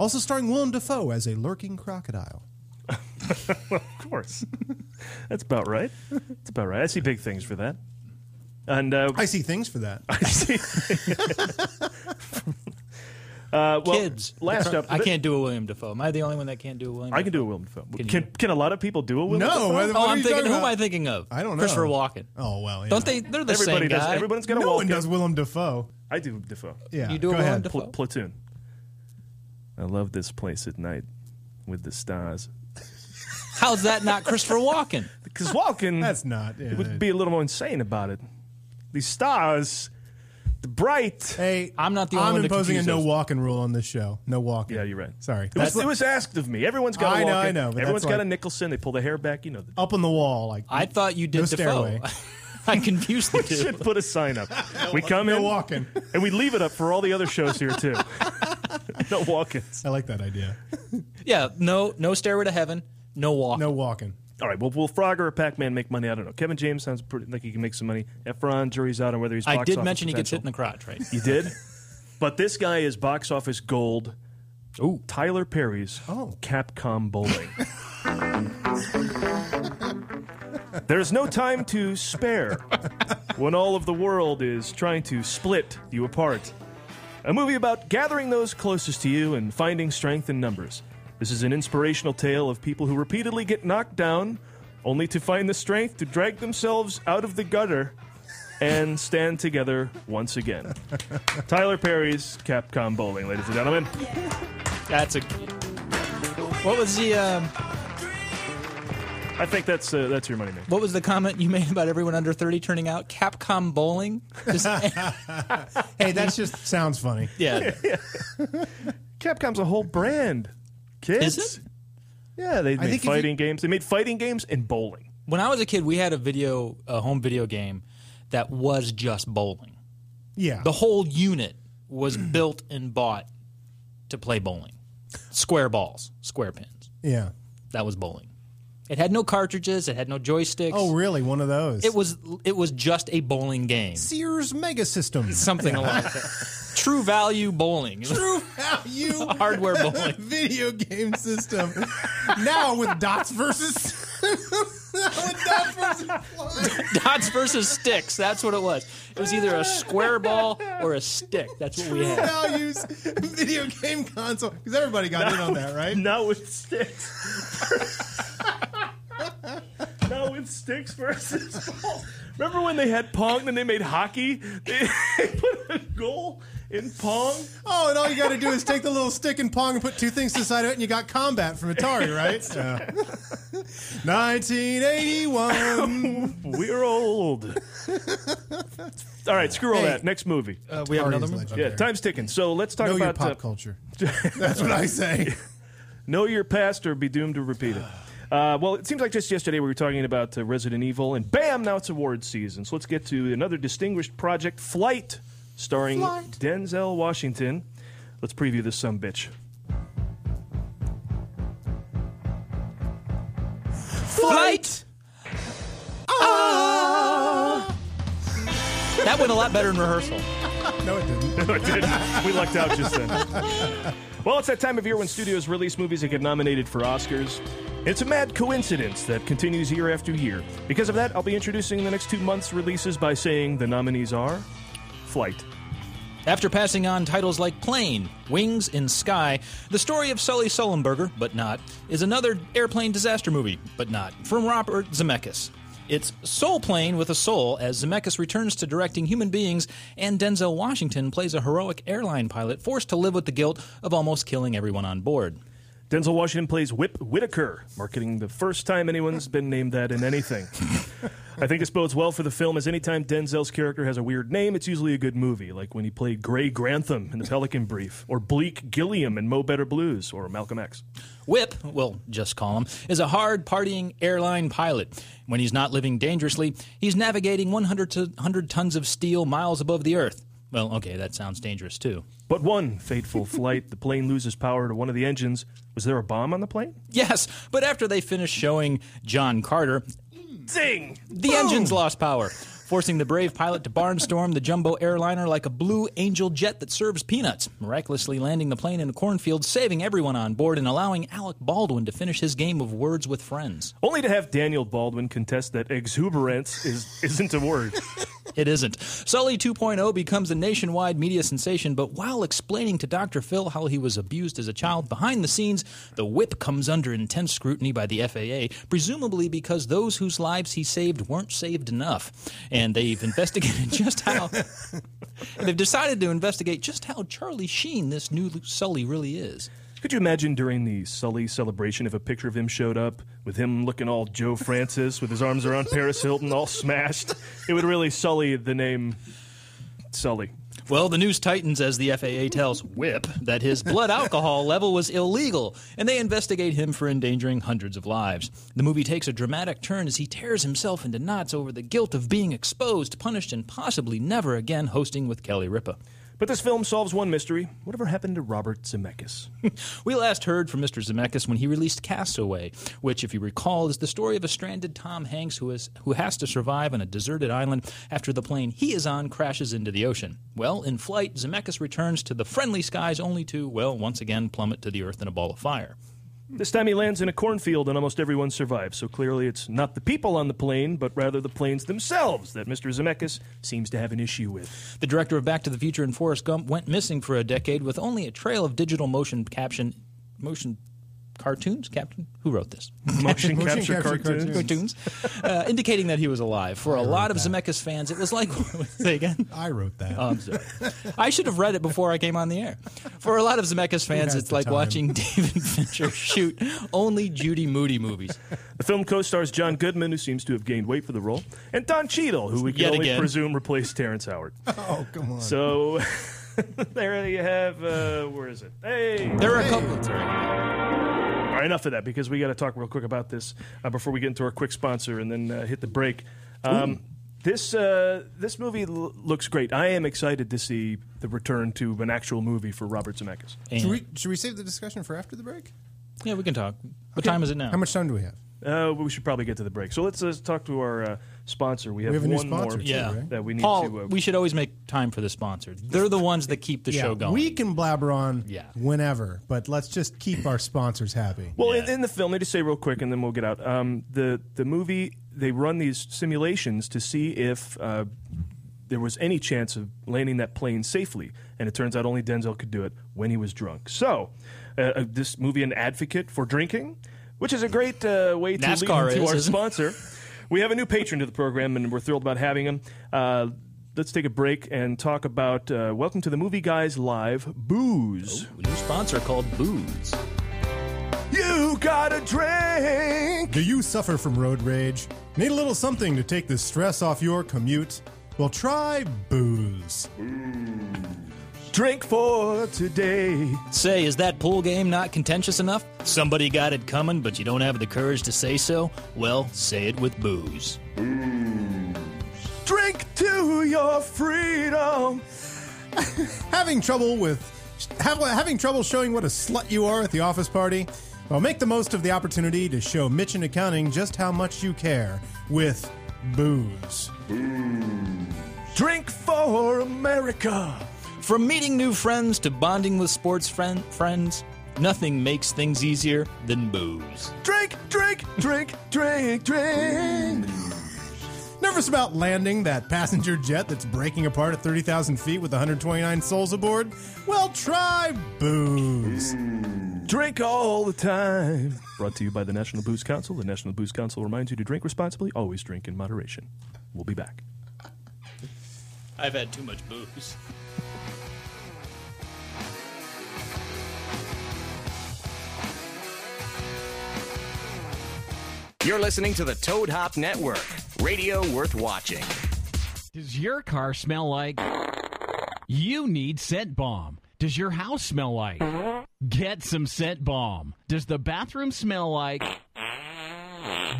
[SPEAKER 5] Also starring Willem Dafoe as a lurking crocodile.
[SPEAKER 7] Of course, that's about right. That's about right. I see big things for that, and uh,
[SPEAKER 5] I see things for that.
[SPEAKER 7] I see. uh, well,
[SPEAKER 6] Kids.
[SPEAKER 7] Last up,
[SPEAKER 6] I can't do a William Defoe. Am I the only one that can't do a William?
[SPEAKER 7] I can do a Willem Dafoe. Can
[SPEAKER 6] you?
[SPEAKER 7] can, a lot of people do a Willem?
[SPEAKER 5] No,
[SPEAKER 7] Dafoe?
[SPEAKER 5] I-
[SPEAKER 6] Oh,
[SPEAKER 5] What are
[SPEAKER 6] I'm
[SPEAKER 5] you
[SPEAKER 6] thinking.
[SPEAKER 5] talking
[SPEAKER 6] Who am
[SPEAKER 5] about?
[SPEAKER 6] I thinking of?
[SPEAKER 5] I don't know.
[SPEAKER 6] Christopher Walken.
[SPEAKER 5] Oh well, yeah.
[SPEAKER 6] Don't they? They're the same
[SPEAKER 7] everybody does.
[SPEAKER 6] guy.
[SPEAKER 7] Everybody's got a
[SPEAKER 5] No
[SPEAKER 7] Walken.
[SPEAKER 5] one does Willem Dafoe.
[SPEAKER 7] I do Defoe.
[SPEAKER 5] Yeah,
[SPEAKER 6] You do
[SPEAKER 5] go
[SPEAKER 6] a Willem
[SPEAKER 5] ahead.
[SPEAKER 6] Dafoe?
[SPEAKER 7] Pl- platoon. I love this place at night with the stars.
[SPEAKER 6] How's that not Christopher Walken?
[SPEAKER 7] Because Walken.
[SPEAKER 5] That's not. Yeah,
[SPEAKER 7] It would be a little more insane about it. These stars, the bright.
[SPEAKER 5] Hey,
[SPEAKER 6] I'm not the only
[SPEAKER 5] I'm
[SPEAKER 6] one to
[SPEAKER 5] imposing a
[SPEAKER 6] confuse
[SPEAKER 5] no
[SPEAKER 6] those.
[SPEAKER 5] walking rule on this show. No walking.
[SPEAKER 7] Yeah, you're right.
[SPEAKER 5] Sorry.
[SPEAKER 7] It was,
[SPEAKER 5] That's
[SPEAKER 7] it was asked of me. Everyone's got a
[SPEAKER 5] I know,
[SPEAKER 7] Walken.
[SPEAKER 5] I know, but
[SPEAKER 7] Everyone's
[SPEAKER 5] that's
[SPEAKER 7] got a
[SPEAKER 5] like-
[SPEAKER 7] Nicholson. They pull the hair back. You know, the
[SPEAKER 5] up on the wall. Like
[SPEAKER 6] I thought you did
[SPEAKER 5] No
[SPEAKER 6] Defoe.
[SPEAKER 5] stairway.
[SPEAKER 6] I confused the two.
[SPEAKER 7] should put a sign up. We come
[SPEAKER 5] no
[SPEAKER 7] in
[SPEAKER 5] walking.
[SPEAKER 7] and we leave it up for all the other shows here too. no walk-ins.
[SPEAKER 5] I like that idea.
[SPEAKER 6] Yeah, no, no stairway to heaven, no walk.
[SPEAKER 5] No walking.
[SPEAKER 7] All right. Well, will Frogger or Pac-Man make money? I don't know. Kevin James sounds pretty like he can make some money. Efron, jury's out on whether he's.
[SPEAKER 6] I
[SPEAKER 7] box
[SPEAKER 6] did
[SPEAKER 7] office
[SPEAKER 6] mention he gets hit in
[SPEAKER 7] potential.
[SPEAKER 6] the crotch, right?
[SPEAKER 7] You did, but this guy is box office gold.
[SPEAKER 6] Ooh.
[SPEAKER 7] Tyler Perry's
[SPEAKER 5] Oh.
[SPEAKER 7] Capcom Bowling. There's no time to spare when all of the world is trying to split you apart. A movie about gathering those closest to you and finding strength in numbers. This is an inspirational tale of people who repeatedly get knocked down only to find the strength to drag themselves out of the gutter and stand together once again. Tyler Perry's Capcom Bowling, ladies and gentlemen.
[SPEAKER 6] That's a. What was the um,
[SPEAKER 7] I think that's uh, that's your money man.
[SPEAKER 6] What was the comment you made about everyone under thirty turning out? Capcom bowling. Just,
[SPEAKER 5] Hey, that just sounds funny.
[SPEAKER 6] yeah.
[SPEAKER 7] Capcom's a whole brand. Kids,
[SPEAKER 6] Is it?
[SPEAKER 7] Yeah, they
[SPEAKER 6] I
[SPEAKER 7] made
[SPEAKER 6] think if you-
[SPEAKER 7] fighting games. They made fighting games and bowling.
[SPEAKER 6] When I was a kid, we had a video, a home video game that was just bowling.
[SPEAKER 5] Yeah.
[SPEAKER 6] The whole unit was
[SPEAKER 5] Mm.
[SPEAKER 6] built and bought to play bowling. Square balls, square pins.
[SPEAKER 5] Yeah.
[SPEAKER 6] That was bowling. It had no cartridges. It had no joysticks.
[SPEAKER 5] Oh, really? One of those?
[SPEAKER 6] It was it was just a bowling game.
[SPEAKER 5] Sears Mega System.
[SPEAKER 6] Something along that. True value bowling.
[SPEAKER 5] True value
[SPEAKER 6] hardware bowling.
[SPEAKER 5] video game system. now with dots versus with dots versus
[SPEAKER 6] Dots versus sticks. That's what it was. It was either a square ball or a stick. That's what we
[SPEAKER 5] true
[SPEAKER 6] had.
[SPEAKER 5] values video game console because everybody got in on that, right?
[SPEAKER 7] Now with sticks. now with sticks versus ball. Remember when they had pong and they made hockey? They put a goal in pong.
[SPEAKER 5] Oh, and all you got to do is take the little stick and pong and put two things to the side of it, and you got combat from Atari, right? Yeah. 1981.
[SPEAKER 7] We're old. All right, screw all
[SPEAKER 5] Hey.
[SPEAKER 7] that. Next movie.
[SPEAKER 6] Uh, we have
[SPEAKER 5] Atari's
[SPEAKER 6] another one.
[SPEAKER 5] legend.
[SPEAKER 7] yeah, time's ticking. So let's talk
[SPEAKER 5] Know
[SPEAKER 7] about
[SPEAKER 5] your pop
[SPEAKER 7] uh,
[SPEAKER 5] culture. That's what I say.
[SPEAKER 7] Know your past or be doomed to repeat it. Uh, well, it seems like just yesterday we were talking about uh, Resident Evil, and bam, now it's awards season. So let's get to another distinguished project, Flight, starring Denzel Washington. Let's preview this some bitch.
[SPEAKER 6] Flight. Ah! That went a lot better in rehearsal.
[SPEAKER 5] No, it didn't.
[SPEAKER 7] we lucked out just then. Well, it's that time of year when studios release movies that get nominated for Oscars. It's a mad coincidence that continues year after year. Because of that, I'll be introducing the next two months' releases by saying the nominees are Flight.
[SPEAKER 6] After passing on titles like Plane, Wings in Sky, the story of Sully Sullenberger, but not, is another airplane disaster movie, but not, from Robert Zemeckis. It's Soul Plane with a Soul as Zemeckis returns to directing human beings, and Denzel Washington plays a heroic airline pilot forced to live with the guilt of almost killing everyone on board.
[SPEAKER 7] Denzel Washington plays Whip Whitaker, marketing the first time anyone's been named that in anything. I think this bodes well for the film, as anytime Denzel's character has a weird name, it's usually a good movie, like when he played Gray Grantham in The Pelican Brief, or Bleak Gilliam in Mo Better Blues, or Malcolm X.
[SPEAKER 6] Whip, we'll just call him, is a hard partying airline pilot. When he's not living dangerously, he's navigating 100 to 100 tons of steel miles above the earth. Well, okay, that sounds dangerous too.
[SPEAKER 7] But one fateful flight, the plane loses power to one of the engines. Was there a bomb on the plane?
[SPEAKER 6] Yes, but after they finish showing John Carter,
[SPEAKER 7] Zing!
[SPEAKER 6] the engines lost power, forcing the brave pilot to barnstorm the jumbo airliner like a blue angel jet that serves peanuts, miraculously landing the plane in a cornfield, saving everyone on board, and allowing Alec Baldwin to finish his game of words with friends.
[SPEAKER 7] Only to have Daniel Baldwin contest that exuberance is, isn't a word.
[SPEAKER 6] It isn't. Sully 2.0 becomes a nationwide media sensation, but while explaining to Dr. Phil how he was abused as a child behind the scenes, the whip comes under intense scrutiny by the FAA, presumably because those whose lives he saved weren't saved enough. And they've investigated just how. and they've decided to investigate just how Charlie Sheen, this new Sully, really is.
[SPEAKER 7] Could you imagine during the Sully celebration if a picture of him showed up with him looking all Joe Francis with his arms around Paris Hilton all smashed? It would really sully the name Sully.
[SPEAKER 6] Well, the news tightens as the FAA tells Whip that his blood alcohol level was illegal, and they investigate him for endangering hundreds of lives. The movie takes a dramatic turn as he tears himself into knots over the guilt of being exposed, punished, and possibly never again hosting with Kelly Ripa.
[SPEAKER 7] But this film solves one mystery. Whatever happened to Robert Zemeckis?
[SPEAKER 6] We last heard from Mr. Zemeckis when he released Castaway, which, if you recall, is the story of a stranded Tom Hanks who, is, who has to survive on a deserted island after the plane he is on crashes into the ocean. Well, in flight, Zemeckis returns to the friendly skies only to, well, once again plummet to the earth in a ball of fire.
[SPEAKER 7] This time he lands in a cornfield and almost everyone survives, so clearly it's not the people on the plane, but rather the planes themselves that Mr. Zemeckis seems to have an issue with.
[SPEAKER 6] The director of Back to the Future and Forrest Gump went missing for a decade with only a trail of digital motion caption. motion. cartoons? Captain? Who wrote this?
[SPEAKER 5] Motion
[SPEAKER 7] Motion, capture,
[SPEAKER 5] capture
[SPEAKER 7] cartoons.
[SPEAKER 5] cartoons.
[SPEAKER 6] cartoons, uh, indicating that he was alive. For a lot of Zemeckis fans, it was like say again.
[SPEAKER 5] I wrote that.
[SPEAKER 6] I'm sorry. I should have read it before I came on the air. For a lot of Zemeckis fans,
[SPEAKER 5] has
[SPEAKER 6] it's
[SPEAKER 5] the
[SPEAKER 6] like
[SPEAKER 5] time?
[SPEAKER 6] watching David Fincher shoot only Judy Moody movies.
[SPEAKER 7] The film co-stars John Goodman, who seems to have gained weight for the role, and Don Cheadle, who we can
[SPEAKER 6] Yet
[SPEAKER 7] only
[SPEAKER 6] again.
[SPEAKER 7] presume replaced Terrence Howard.
[SPEAKER 5] oh, come on.
[SPEAKER 7] So there you have. Uh, where is it? Hey,
[SPEAKER 6] There are a couple.
[SPEAKER 7] All right, enough of that because we got to talk real quick about this uh, before we get into our quick sponsor and then uh, hit the break. Um, this uh, this movie l- looks great. I am excited to see the return to an actual movie for Robert Zemeckis.
[SPEAKER 5] Should we, should we save the discussion for after the break?
[SPEAKER 6] Yeah, we can talk. What time is it now?
[SPEAKER 5] How much time do we have?
[SPEAKER 7] Uh, we should probably get to the break. So let's, uh talk to our uh, sponsor. We have,
[SPEAKER 5] have a
[SPEAKER 7] one
[SPEAKER 5] new sponsor
[SPEAKER 7] more
[SPEAKER 5] too, Yeah. right?
[SPEAKER 7] that we need
[SPEAKER 6] Paul,
[SPEAKER 7] to. Uh,
[SPEAKER 6] we should always make time for the sponsor. They're the ones that keep the
[SPEAKER 5] yeah,
[SPEAKER 6] show going.
[SPEAKER 5] We can blabber on
[SPEAKER 6] Yeah.
[SPEAKER 5] whenever, but let's just keep our sponsors happy.
[SPEAKER 7] Well, in, in the film, they just say real quick, and then we'll get out. Um, the the movie they run these simulations to see if uh, there was any chance of landing that plane safely, and it turns out only Denzel could do it when he was drunk. So, uh, uh, this movie an advocate for drinking, which is a great uh, way to
[SPEAKER 6] NASCAR
[SPEAKER 7] lead into
[SPEAKER 6] is, isn't
[SPEAKER 7] our
[SPEAKER 6] it?
[SPEAKER 7] sponsor. We have a new patron to the program, and we're thrilled about having him. Uh, Let's take a break and talk about uh, Welcome to the Movie Guys Live Booze.
[SPEAKER 6] A new sponsor called Booze.
[SPEAKER 7] You gotta drink!
[SPEAKER 5] Do you suffer from road rage? Need a little something to take the stress off your commute? Well, try booze.
[SPEAKER 7] Drink for today.
[SPEAKER 6] Say, is that pool game not contentious enough? Somebody got it coming, but you don't have the courage to say so? Well, say it with Booze.
[SPEAKER 7] Drink to your freedom.
[SPEAKER 5] Having trouble with have, having trouble showing what a slut you are at the office party? Well, make the most of the opportunity to show Mitch in accounting just how much you care with booze.
[SPEAKER 7] Drink for America.
[SPEAKER 6] From meeting new friends to bonding with sports friend- friends, nothing makes things easier than Booze.
[SPEAKER 7] Drink, drink, drink, drink, drink.
[SPEAKER 5] Nervous about landing that passenger jet that's breaking apart at 30,000 feet with 129 souls aboard? Well, try booze.
[SPEAKER 7] Drink all the time. Brought to you by the National Booze Council. The National Booze Council reminds you to drink responsibly, always drink in moderation. We'll be back.
[SPEAKER 6] I've had too much booze.
[SPEAKER 3] You're listening to the Toad Hop Network, radio worth watching.
[SPEAKER 12] Does your car smell like? You need scent bomb. Does your house smell like? Get some scent bomb. Does the bathroom smell like?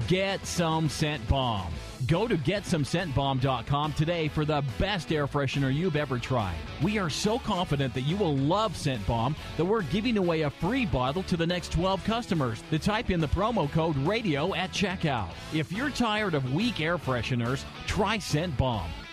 [SPEAKER 12] Get some scent bomb. Go to getsomescentbomb.com today for the best air freshener you've ever tried. We are so confident that you will love Scent Bomb that we're giving away a free bottle to the next 12 customers that type in the promo code radio at checkout. If you're tired of weak air fresheners, try Scent Bomb.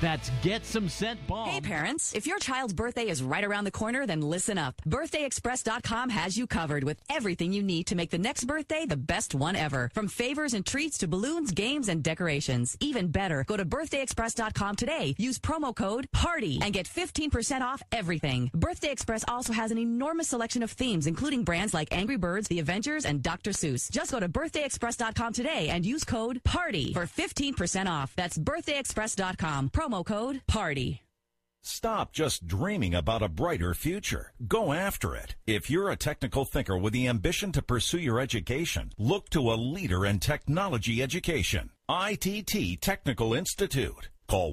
[SPEAKER 12] That's getsomescentbomb.
[SPEAKER 13] Hey, parents, if your child's birthday is right around the corner, then listen up. BirthdayExpress.com has you covered with everything you need to make the next birthday the best one ever. From favors and treats to balloons, games, and decorations. Even better, go to BirthdayExpress.com today. Use promo code PARTY and get 15% off everything. Birthday Express also has an enormous selection of themes, including brands like Angry Birds, The Avengers, and Dr. Seuss. Just go to BirthdayExpress.com today and use code PARTY for 15% off. That's BirthdayExpress.com. Promo code PARTY.
[SPEAKER 14] Stop just dreaming about a brighter future. Go after it. If you're a technical thinker with the ambition to pursue your education, look to a leader in technology education. ITT Technical Institute. Call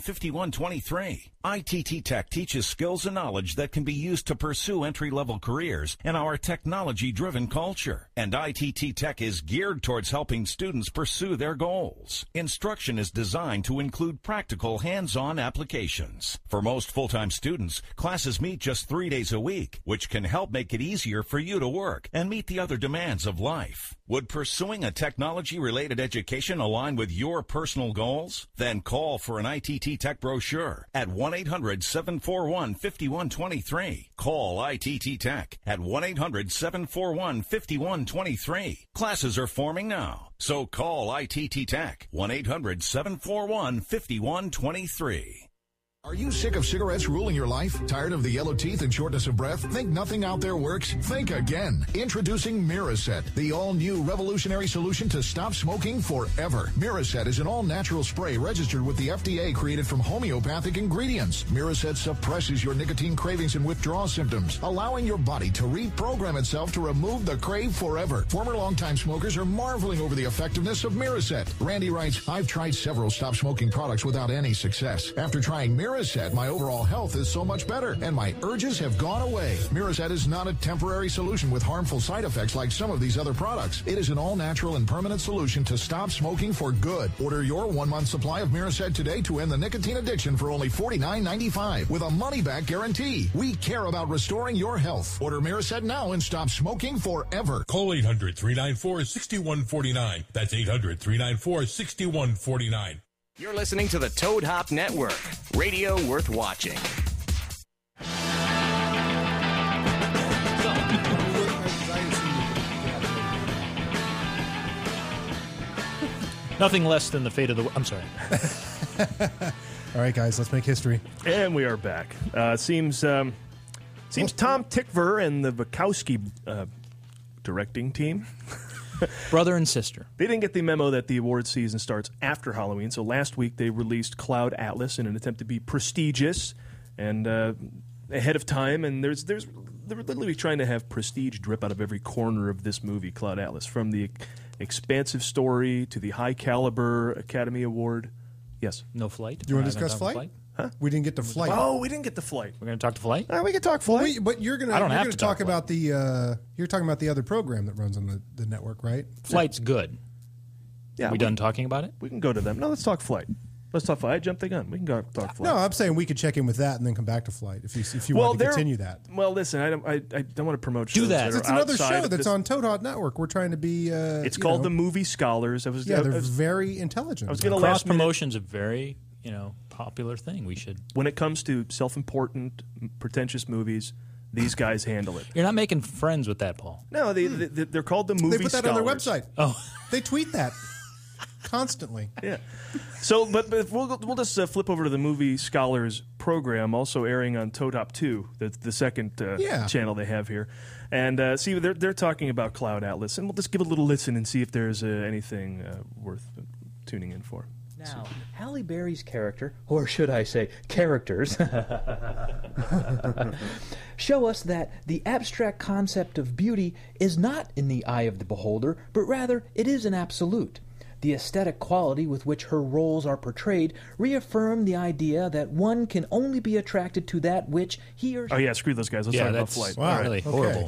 [SPEAKER 14] 1-800-741-5123. ITT Tech teaches skills and knowledge that can be used to pursue entry-level careers in our technology-driven culture. And ITT Tech is geared towards helping students pursue their goals. Instruction is designed to include practical hands-on applications. For most full-time students, classes meet just three days a week, which can help make it easier for you to work and meet the other demands of life. Would pursuing a technology-related education align with your personal goals? Then call for an ITT Tech brochure at 1-800-741-5123. Call ITT Tech at 1-800-741-5123. Classes are forming now, so call ITT Tech 1-800-741-5123.
[SPEAKER 15] Are you sick of cigarettes ruling your life? Tired of the yellow teeth and shortness of breath? Think nothing out there works? Think again. Introducing Miraset, the all-new revolutionary solution to stop smoking forever. Miraset is an all-natural spray registered with the FDA created from homeopathic ingredients. Miraset suppresses your nicotine cravings and withdrawal symptoms, allowing your body to reprogram itself to remove the crave forever. Former longtime smokers are marveling over the effectiveness of Miraset. Randy writes, I've tried several stop smoking products without any success. After trying Miraset, my overall health is so much better and my urges have gone away. Miraset is not a temporary solution with harmful side effects like some of these other products. It is an all natural and permanent solution to stop smoking for good. Order your one month supply of Miraset today to end the nicotine addiction for only $49.95 with a money back guarantee. We care about restoring your health. Order Miraset now and stop smoking forever.
[SPEAKER 16] Call 800 394 6149. That's 800 394 6149.
[SPEAKER 3] You're listening to the Toad Hop Network, radio worth watching.
[SPEAKER 6] Nothing less than the fate of the. I'm sorry.
[SPEAKER 5] All right, guys, let's make history.
[SPEAKER 7] And we are back. Uh, seems um, seems Tom Tickver and the Bukowski uh, directing team,
[SPEAKER 6] brother and sister,
[SPEAKER 7] they didn't get the memo that the award season starts after Halloween. So last week they released Cloud Atlas in an attempt to be prestigious and uh, ahead of time. And there's there's they're literally trying to have prestige drip out of every corner of this movie, Cloud Atlas, from the expansive story to the high caliber Academy Award. Yes.
[SPEAKER 6] No flight.
[SPEAKER 5] Do you want to discuss flight? Huh? We didn't get to flight.
[SPEAKER 7] Oh, we didn't get the flight.
[SPEAKER 6] We're going to talk to flight.
[SPEAKER 7] Uh, we can talk flight.
[SPEAKER 5] Oh, but you're going
[SPEAKER 6] I don't
[SPEAKER 5] you're
[SPEAKER 6] have
[SPEAKER 5] gonna
[SPEAKER 6] to
[SPEAKER 5] talk,
[SPEAKER 6] talk
[SPEAKER 5] about the uh, you're talking about the other program that runs on the, the network, right?
[SPEAKER 6] Flight's good.
[SPEAKER 7] Yeah,
[SPEAKER 6] we,
[SPEAKER 7] we-
[SPEAKER 6] done talking about it?
[SPEAKER 7] We can go to them. No, let's talk flight. Let's talk flight. I jumped the gun. We can go talk flight.
[SPEAKER 5] No, I'm saying we could check in with that and then come back to flight if you if you want to
[SPEAKER 7] they're-
[SPEAKER 5] continue that.
[SPEAKER 7] Well, listen, I don't, I, I don't want to promote shows
[SPEAKER 5] Do that.
[SPEAKER 7] are
[SPEAKER 5] It's another
[SPEAKER 7] outside
[SPEAKER 5] show
[SPEAKER 7] of
[SPEAKER 5] that's
[SPEAKER 7] this-
[SPEAKER 5] on Toad Hot Network. We're trying to be. Uh,
[SPEAKER 7] It's
[SPEAKER 5] you
[SPEAKER 7] called
[SPEAKER 5] know-
[SPEAKER 7] The Movie Scholars. I was,
[SPEAKER 5] Yeah,
[SPEAKER 7] I, I
[SPEAKER 5] they're
[SPEAKER 7] was-
[SPEAKER 5] very intelligent.
[SPEAKER 7] I was going to
[SPEAKER 6] Cross
[SPEAKER 7] last minute-
[SPEAKER 6] promotion's a very you know popular thing. We should.
[SPEAKER 7] When it comes to self-important, pretentious movies, these guys handle it.
[SPEAKER 6] You're not making friends with that, Paul.
[SPEAKER 7] No, they, they, they're called the movie.
[SPEAKER 5] Hmm. They put that on their
[SPEAKER 7] Scholars.
[SPEAKER 5] website. Oh, they tweet that constantly.
[SPEAKER 7] Yeah. So, but, but we'll go- we'll just uh, flip over to the movie scholars program, also airing on Todop Two, the the second uh,
[SPEAKER 5] Yeah.
[SPEAKER 7] channel they have here, and uh, see they're they're talking about Cloud Atlas, and we'll just give a little listen and see if there's uh, anything uh, worth tuning in for.
[SPEAKER 17] Now, Halle Berry's character, or should I say, characters, show us that the abstract concept of beauty is not in the eye of the beholder, but rather it is an absolute. The aesthetic quality with which her roles are portrayed reaffirm the idea that one can only be attracted to that which he or
[SPEAKER 7] Oh yeah, screw those guys. Let's
[SPEAKER 6] yeah,
[SPEAKER 7] talk about
[SPEAKER 6] that's
[SPEAKER 7] flight.
[SPEAKER 6] really horrible.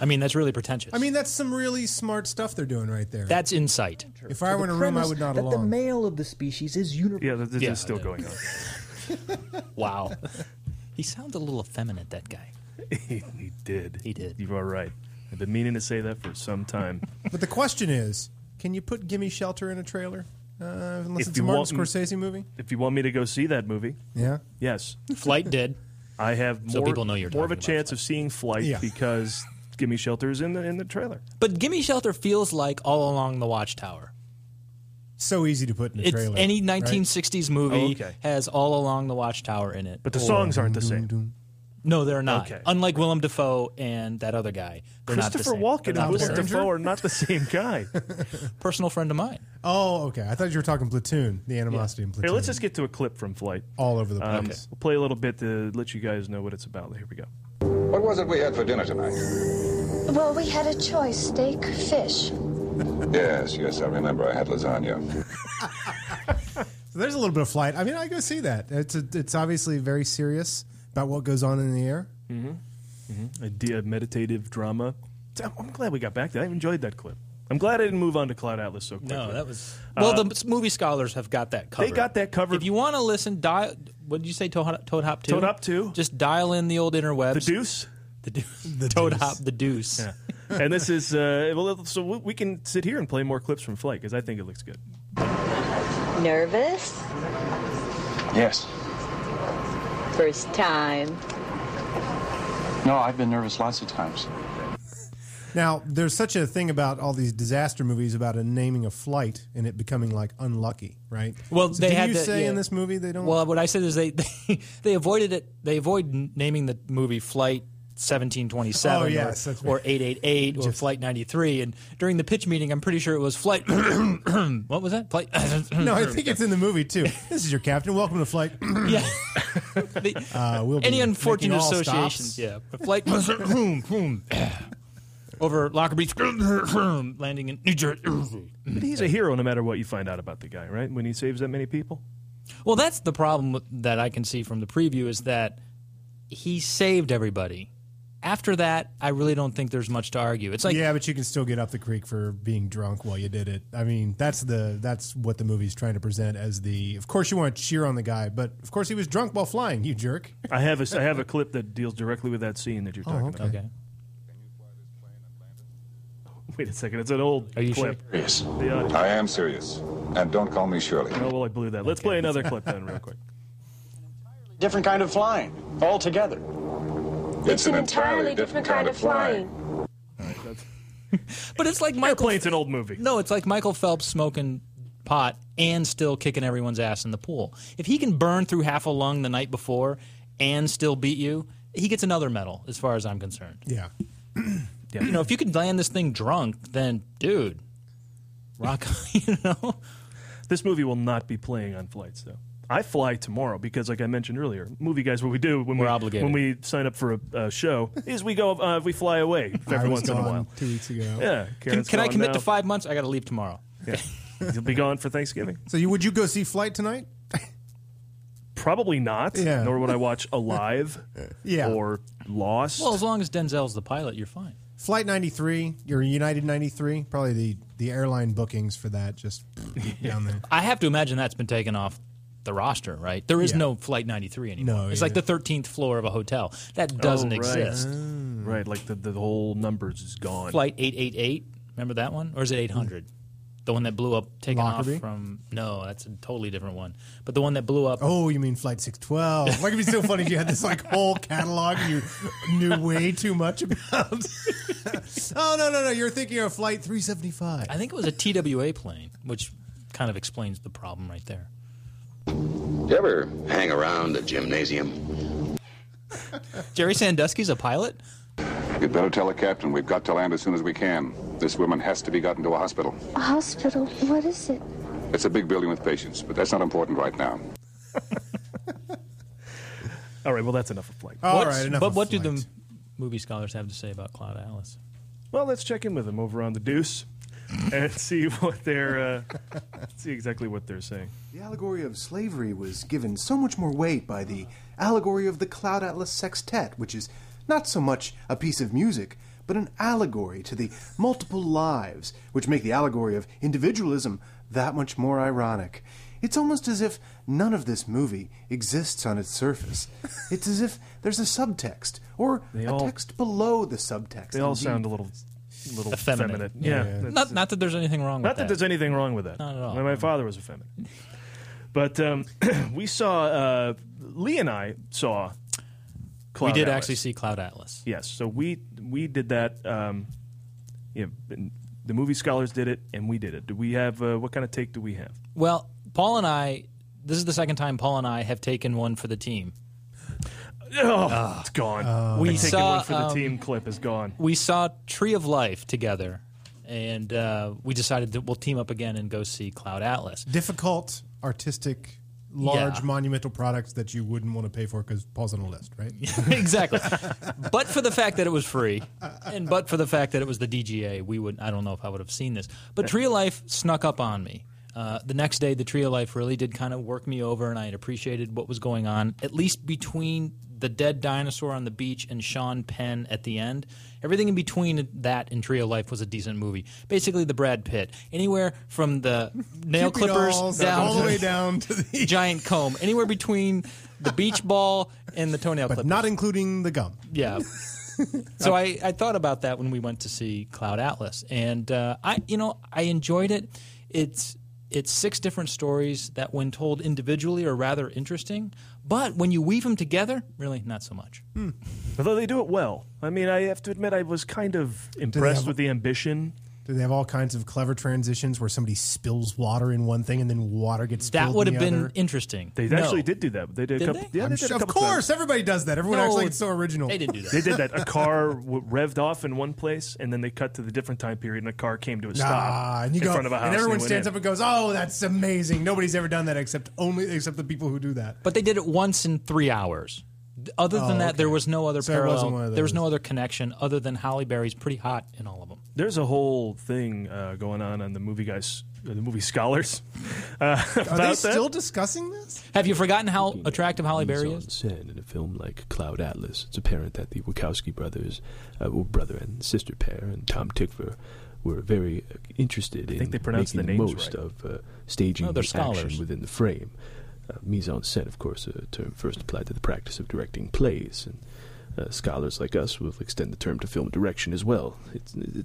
[SPEAKER 6] I mean, that's really pretentious.
[SPEAKER 5] I mean, that's some really smart stuff they're doing right there.
[SPEAKER 6] That's insight.
[SPEAKER 5] If I
[SPEAKER 17] to
[SPEAKER 5] were in
[SPEAKER 17] the
[SPEAKER 5] a room, I
[SPEAKER 17] premise
[SPEAKER 5] would not
[SPEAKER 17] that the
[SPEAKER 5] along.
[SPEAKER 17] male of the species is universal.
[SPEAKER 7] Yeah, this this
[SPEAKER 6] Yeah,
[SPEAKER 7] is still
[SPEAKER 6] I know.
[SPEAKER 7] going on.
[SPEAKER 6] wow. he sounds a little effeminate. That guy.
[SPEAKER 7] he, he did. He did. You are right. I've been meaning to say that for some time.
[SPEAKER 5] But the question is, can you put "Gimme Shelter" in a trailer? Uh, unless
[SPEAKER 7] If
[SPEAKER 5] it's a
[SPEAKER 7] you
[SPEAKER 5] Martin
[SPEAKER 7] want me-
[SPEAKER 5] Scorsese movie.
[SPEAKER 7] If you want me to go see that movie,
[SPEAKER 5] Yeah.
[SPEAKER 7] yes,
[SPEAKER 6] Flight did.
[SPEAKER 7] I have more,
[SPEAKER 6] So people know you're
[SPEAKER 7] more of a
[SPEAKER 6] talking about
[SPEAKER 7] chance of seeing Flight
[SPEAKER 6] Yeah.
[SPEAKER 7] because Gimme Shelter is in the in the trailer.
[SPEAKER 6] But Gimme Shelter feels like All Along the Watchtower.
[SPEAKER 5] So easy to put in a
[SPEAKER 6] It's
[SPEAKER 5] trailer.
[SPEAKER 6] any
[SPEAKER 5] right?
[SPEAKER 6] 1960s movie
[SPEAKER 5] Oh, okay.
[SPEAKER 6] has All Along the Watchtower in it.
[SPEAKER 7] But the songs aren't the same.
[SPEAKER 6] No, they're not.
[SPEAKER 7] Okay.
[SPEAKER 6] Unlike Willem Dafoe and that other guy, they're not the
[SPEAKER 7] Christopher
[SPEAKER 6] same. They're
[SPEAKER 7] Walken
[SPEAKER 6] not
[SPEAKER 7] and
[SPEAKER 6] the
[SPEAKER 7] Willem
[SPEAKER 6] same.
[SPEAKER 7] Dafoe are not the same guy.
[SPEAKER 6] Personal friend of mine.
[SPEAKER 5] Oh, okay. I thought you were talking Platoon, the animosity in Platoon.
[SPEAKER 7] Here, let's just get to a clip from Flight. Um,
[SPEAKER 5] All over the
[SPEAKER 6] Uh,
[SPEAKER 5] place.
[SPEAKER 7] We'll play a little bit to let you guys know what it's about. Here we go.
[SPEAKER 18] What was it we had for dinner tonight?
[SPEAKER 19] Well, we had a choice steak, fish.
[SPEAKER 18] yes, yes, I remember. I had lasagna.
[SPEAKER 5] So there's a little bit of flight. I mean, I go see that. It's a, it's obviously very serious about what goes on in the air.
[SPEAKER 7] Mm-hmm. Mm-hmm. A de- a meditative drama. Damn, I'm glad we got back to that. I enjoyed that clip. I'm glad I didn't move on to Cloud Atlas so quickly.
[SPEAKER 6] No, that was.
[SPEAKER 7] Uh,
[SPEAKER 6] Well, the s- movie scholars have got that covered.
[SPEAKER 7] They got that covered.
[SPEAKER 6] If you want to listen, dial. What did you say? Toad, Toad Hop Two.
[SPEAKER 7] Toad Hop Two.
[SPEAKER 6] Just dial in the old interwebs. The
[SPEAKER 7] Deuce.
[SPEAKER 6] The, deuce. Toad Hop. The Deuce.
[SPEAKER 7] and this is uh, well, so we- we can sit here and play more clips from Flight because I think it looks good.
[SPEAKER 20] Nervous?
[SPEAKER 10] Yes.
[SPEAKER 20] First time.
[SPEAKER 10] No, I've been nervous lots of times.
[SPEAKER 5] Now, there's such a thing about all these disaster movies about a naming a flight and it becoming like unlucky, right?
[SPEAKER 6] Well,
[SPEAKER 5] So
[SPEAKER 6] they
[SPEAKER 5] did
[SPEAKER 6] had
[SPEAKER 5] you
[SPEAKER 6] to-
[SPEAKER 5] say
[SPEAKER 6] yeah.
[SPEAKER 5] in this movie they don't.
[SPEAKER 6] Well, what I said is they they, they avoided it. They avoid n- naming the movie Flight. 1727
[SPEAKER 5] Oh,
[SPEAKER 6] or-
[SPEAKER 5] yes, that's right.
[SPEAKER 6] or, 888 or Flight 93. And during the pitch meeting, I'm pretty sure it was Flight. what was that? Flight.
[SPEAKER 5] no, I think it's in the movie too. This is your captain. Welcome to flight.
[SPEAKER 6] Yeah.
[SPEAKER 5] uh, we'll be
[SPEAKER 6] Any unfortunate
[SPEAKER 5] making all
[SPEAKER 6] associations.
[SPEAKER 5] stops.
[SPEAKER 6] Yeah. Flight. over Locker Beach. landing in New Jersey.
[SPEAKER 7] But he's a hero no matter what you find out about the guy, right? When he saves that many people?
[SPEAKER 6] Well, that's the problem with- that I can see from the preview is that he saved everybody. After that, I really don't think there's much to argue. It's like
[SPEAKER 5] yeah, but you can still get up the creek for being drunk while you did it. I mean, that's the that's what the movie's trying to present as the. Of course, you want to cheer on the guy, but of course he was drunk while flying. You jerk.
[SPEAKER 7] I have a, I have a clip that deals directly with that scene that you're
[SPEAKER 5] Oh,
[SPEAKER 7] talking
[SPEAKER 5] okay.
[SPEAKER 7] about.
[SPEAKER 5] Okay.
[SPEAKER 7] Wait a second. It's an old Are you clip.
[SPEAKER 18] Serious.
[SPEAKER 7] The audio.
[SPEAKER 18] I am serious. And don't call me Shirley.
[SPEAKER 7] Oh, well, I blew that. Let's play another clip then, real quick.
[SPEAKER 20] Different kind of flying altogether.
[SPEAKER 18] It's, an entirely different kind of flying.
[SPEAKER 6] But it's like Michael.
[SPEAKER 7] Airplane's an old movie.
[SPEAKER 6] No, it's like Michael Phelps smoking pot and still kicking everyone's ass in the pool. If he can burn through half a lung the night before and still beat you, he gets another medal, as far as I'm concerned.
[SPEAKER 5] Yeah.
[SPEAKER 6] You know, if you can land this thing drunk, then dude, rock.
[SPEAKER 7] This movie will not be playing on flights, though. I fly tomorrow because, like I mentioned earlier, movie guys, what we do when we
[SPEAKER 6] obligated.
[SPEAKER 7] when we sign up for a, a show is we go uh, we fly away
[SPEAKER 5] I
[SPEAKER 7] every
[SPEAKER 5] was
[SPEAKER 7] once in a
[SPEAKER 5] gone
[SPEAKER 7] while.
[SPEAKER 5] Two weeks ago.
[SPEAKER 7] Yeah,
[SPEAKER 6] Can,
[SPEAKER 7] Karen's
[SPEAKER 6] can I
[SPEAKER 7] gone
[SPEAKER 6] commit
[SPEAKER 7] now.
[SPEAKER 6] to five months? I got to leave tomorrow.
[SPEAKER 7] Yeah. You'll be gone for Thanksgiving.
[SPEAKER 5] So you would you go see Flight tonight?
[SPEAKER 7] Probably not.
[SPEAKER 5] Yeah.
[SPEAKER 7] Nor would I watch Alive.
[SPEAKER 5] Yeah.
[SPEAKER 7] Or Lost.
[SPEAKER 6] Well, as long as Denzel's the pilot, you're fine.
[SPEAKER 5] Flight 93, your United 93, probably the, the airline bookings for that just down there.
[SPEAKER 6] I have to imagine that's been taken off the roster, right? There is
[SPEAKER 5] Yeah.
[SPEAKER 6] no Flight 93 anymore.
[SPEAKER 5] No,
[SPEAKER 6] it's
[SPEAKER 5] yeah.
[SPEAKER 6] like the 13th floor of a hotel. That doesn't
[SPEAKER 7] Oh, right.
[SPEAKER 6] exist.
[SPEAKER 7] Right, like the, the whole numbers is gone.
[SPEAKER 6] Flight 888, remember that one? Or is it 800? The one that blew up, taken
[SPEAKER 5] Lockerbie?
[SPEAKER 6] off from. No, that's a totally different one. But the one that blew up.
[SPEAKER 5] Oh, you mean Flight 612. Like, it'd be so funny if you had this, like, whole catalog and you knew way too much about. oh, no, no, no. You're thinking of Flight 375.
[SPEAKER 6] I think it was a TWA plane, which kind of explains the problem right there.
[SPEAKER 21] Do you ever hang around a gymnasium?
[SPEAKER 6] Jerry Sandusky's a pilot?
[SPEAKER 18] You'd better tell the captain we've got to land as soon as we can. This woman has to be gotten to a hospital.
[SPEAKER 19] A hospital. What is it?
[SPEAKER 18] It's a big building with patients, but that's not important right now.
[SPEAKER 7] All right, well, that's enough of Flight.
[SPEAKER 5] All
[SPEAKER 6] What's-
[SPEAKER 5] right, enough
[SPEAKER 6] But
[SPEAKER 5] of
[SPEAKER 6] what do
[SPEAKER 5] Flight.
[SPEAKER 6] the movie scholars have to say about Cloud Atlas?
[SPEAKER 7] Well, let's check in with them over on the Deuce and see what they're uh, see exactly what they're saying.
[SPEAKER 22] The allegory of slavery was given so much more weight by the allegory of the Cloud Atlas Sextet, which is not so much a piece of music, but an allegory to the multiple lives, which make the allegory of individualism that much more ironic. It's almost as if none of this movie exists on its surface. It's as if there's a subtext, or a text below the subtext.
[SPEAKER 7] They all
[SPEAKER 22] indeed.
[SPEAKER 7] sound a little, little
[SPEAKER 6] Effeminate.
[SPEAKER 7] effeminate.
[SPEAKER 6] Yeah.
[SPEAKER 7] Yeah,
[SPEAKER 6] Not-
[SPEAKER 7] that's-
[SPEAKER 6] not that there's anything wrong
[SPEAKER 7] Not
[SPEAKER 6] with
[SPEAKER 7] that.
[SPEAKER 6] that.
[SPEAKER 7] there's anything wrong with that.
[SPEAKER 6] Not at all.
[SPEAKER 7] My, my father was effeminate. But um, we saw uh, Lee and I saw. Cloud
[SPEAKER 6] we did
[SPEAKER 7] Atlas.
[SPEAKER 6] actually see Cloud Atlas.
[SPEAKER 7] Yes, so we we did that. Um, yeah, and the movie scholars did it, and we did it. Do we have uh, what kind of take do we have?
[SPEAKER 6] Well, Paul and I, this is the second time Paul and I have taken one for the team.
[SPEAKER 7] Oh, it's gone.
[SPEAKER 6] we
[SPEAKER 7] the
[SPEAKER 6] saw,
[SPEAKER 7] one for the
[SPEAKER 6] um,
[SPEAKER 7] team clip is gone.
[SPEAKER 6] We saw Tree of Life together, and uh, we decided that we'll team up again and go see Cloud Atlas.
[SPEAKER 5] Difficult, artistic, large,
[SPEAKER 6] Yeah.
[SPEAKER 5] monumental products that you wouldn't want to pay for because Paul's on a list, right?
[SPEAKER 6] exactly. but for the fact that it was free, and but for the fact that it was the DGA, we would. I don't know if I would have seen this. But Tree of Life snuck up on me. Uh, the next day, the Tree of Life really did kind of work me over, and I had appreciated what was going on, at least between the dead dinosaur on the beach and Sean Penn at the end. Everything in between that and Tree of Life was a decent movie. Basically, the Brad Pitt. Anywhere from the nail
[SPEAKER 5] Cupid
[SPEAKER 6] clippers
[SPEAKER 5] dolls,
[SPEAKER 6] down
[SPEAKER 5] all the
[SPEAKER 6] to-
[SPEAKER 5] way down to the
[SPEAKER 6] giant comb. Anywhere between the beach ball and the toenail clip.
[SPEAKER 5] Not including the gum.
[SPEAKER 6] Yeah. so I, I thought about that when we went to see Cloud Atlas, and uh, I you know I enjoyed it. It's it's six different stories that, when told individually, are rather interesting. But when you weave them together, really not so much.
[SPEAKER 5] Hmm.
[SPEAKER 7] Although they do it well. I mean, I have to admit, I was kind of impressed
[SPEAKER 5] have-
[SPEAKER 7] with the ambition.
[SPEAKER 5] Do they have all kinds of clever transitions where somebody spills water in one thing and then water gets spilled
[SPEAKER 6] That would
[SPEAKER 5] in
[SPEAKER 6] have
[SPEAKER 5] the
[SPEAKER 6] been
[SPEAKER 5] other?
[SPEAKER 6] interesting.
[SPEAKER 7] They actually did do that. They did, a
[SPEAKER 6] Did
[SPEAKER 7] couple.
[SPEAKER 6] they?
[SPEAKER 7] Yeah,
[SPEAKER 5] I'm
[SPEAKER 7] they did
[SPEAKER 5] sure-
[SPEAKER 7] a
[SPEAKER 5] of
[SPEAKER 7] couple times.
[SPEAKER 5] course, everybody does that. Everyone
[SPEAKER 6] No,
[SPEAKER 5] acts like it's so original.
[SPEAKER 6] They didn't do that.
[SPEAKER 7] They did that. A car w- revved off in one place, and then they cut to the different time period, and a car came to a
[SPEAKER 5] Nah,
[SPEAKER 7] stop
[SPEAKER 5] and you
[SPEAKER 7] in
[SPEAKER 5] go,
[SPEAKER 7] front of a house.
[SPEAKER 5] and everyone stands
[SPEAKER 7] up.
[SPEAKER 5] up and goes, "Oh, that's amazing! Nobody's ever done that except only except the people who do that."
[SPEAKER 6] But they did it once in three hours. D- Other than
[SPEAKER 5] Oh,
[SPEAKER 6] that, there
[SPEAKER 5] okay.
[SPEAKER 6] was no other
[SPEAKER 5] So it
[SPEAKER 6] parallel.
[SPEAKER 5] wasn't one of
[SPEAKER 6] There was
[SPEAKER 5] those.
[SPEAKER 6] no other connection other than Halle Berry's pretty hot in all of them.
[SPEAKER 7] There's a whole thing uh, going on on the movie guys, uh, the movie scholars. Uh,
[SPEAKER 5] Are
[SPEAKER 7] about
[SPEAKER 5] they
[SPEAKER 7] that.
[SPEAKER 5] still discussing this?
[SPEAKER 6] Have you forgotten how attractive Halle Berry
[SPEAKER 1] on
[SPEAKER 6] is?
[SPEAKER 1] sand in a film like Cloud Atlas, it's apparent that the Wachowski brothers, uh, well, brother and sister pair, and Tom Tickver were very uh, interested
[SPEAKER 7] think
[SPEAKER 1] in
[SPEAKER 7] they pronounce
[SPEAKER 1] making
[SPEAKER 7] the
[SPEAKER 1] the,
[SPEAKER 7] names
[SPEAKER 1] most
[SPEAKER 7] right.
[SPEAKER 1] of uh, staging
[SPEAKER 6] No,
[SPEAKER 1] the
[SPEAKER 6] they're
[SPEAKER 1] action
[SPEAKER 6] scholars.
[SPEAKER 1] within the frame. Uh, mise en scène, of course, a term first applied to the practice of directing plays, and uh, scholars like us will extend the term to film direction as well. It's, it,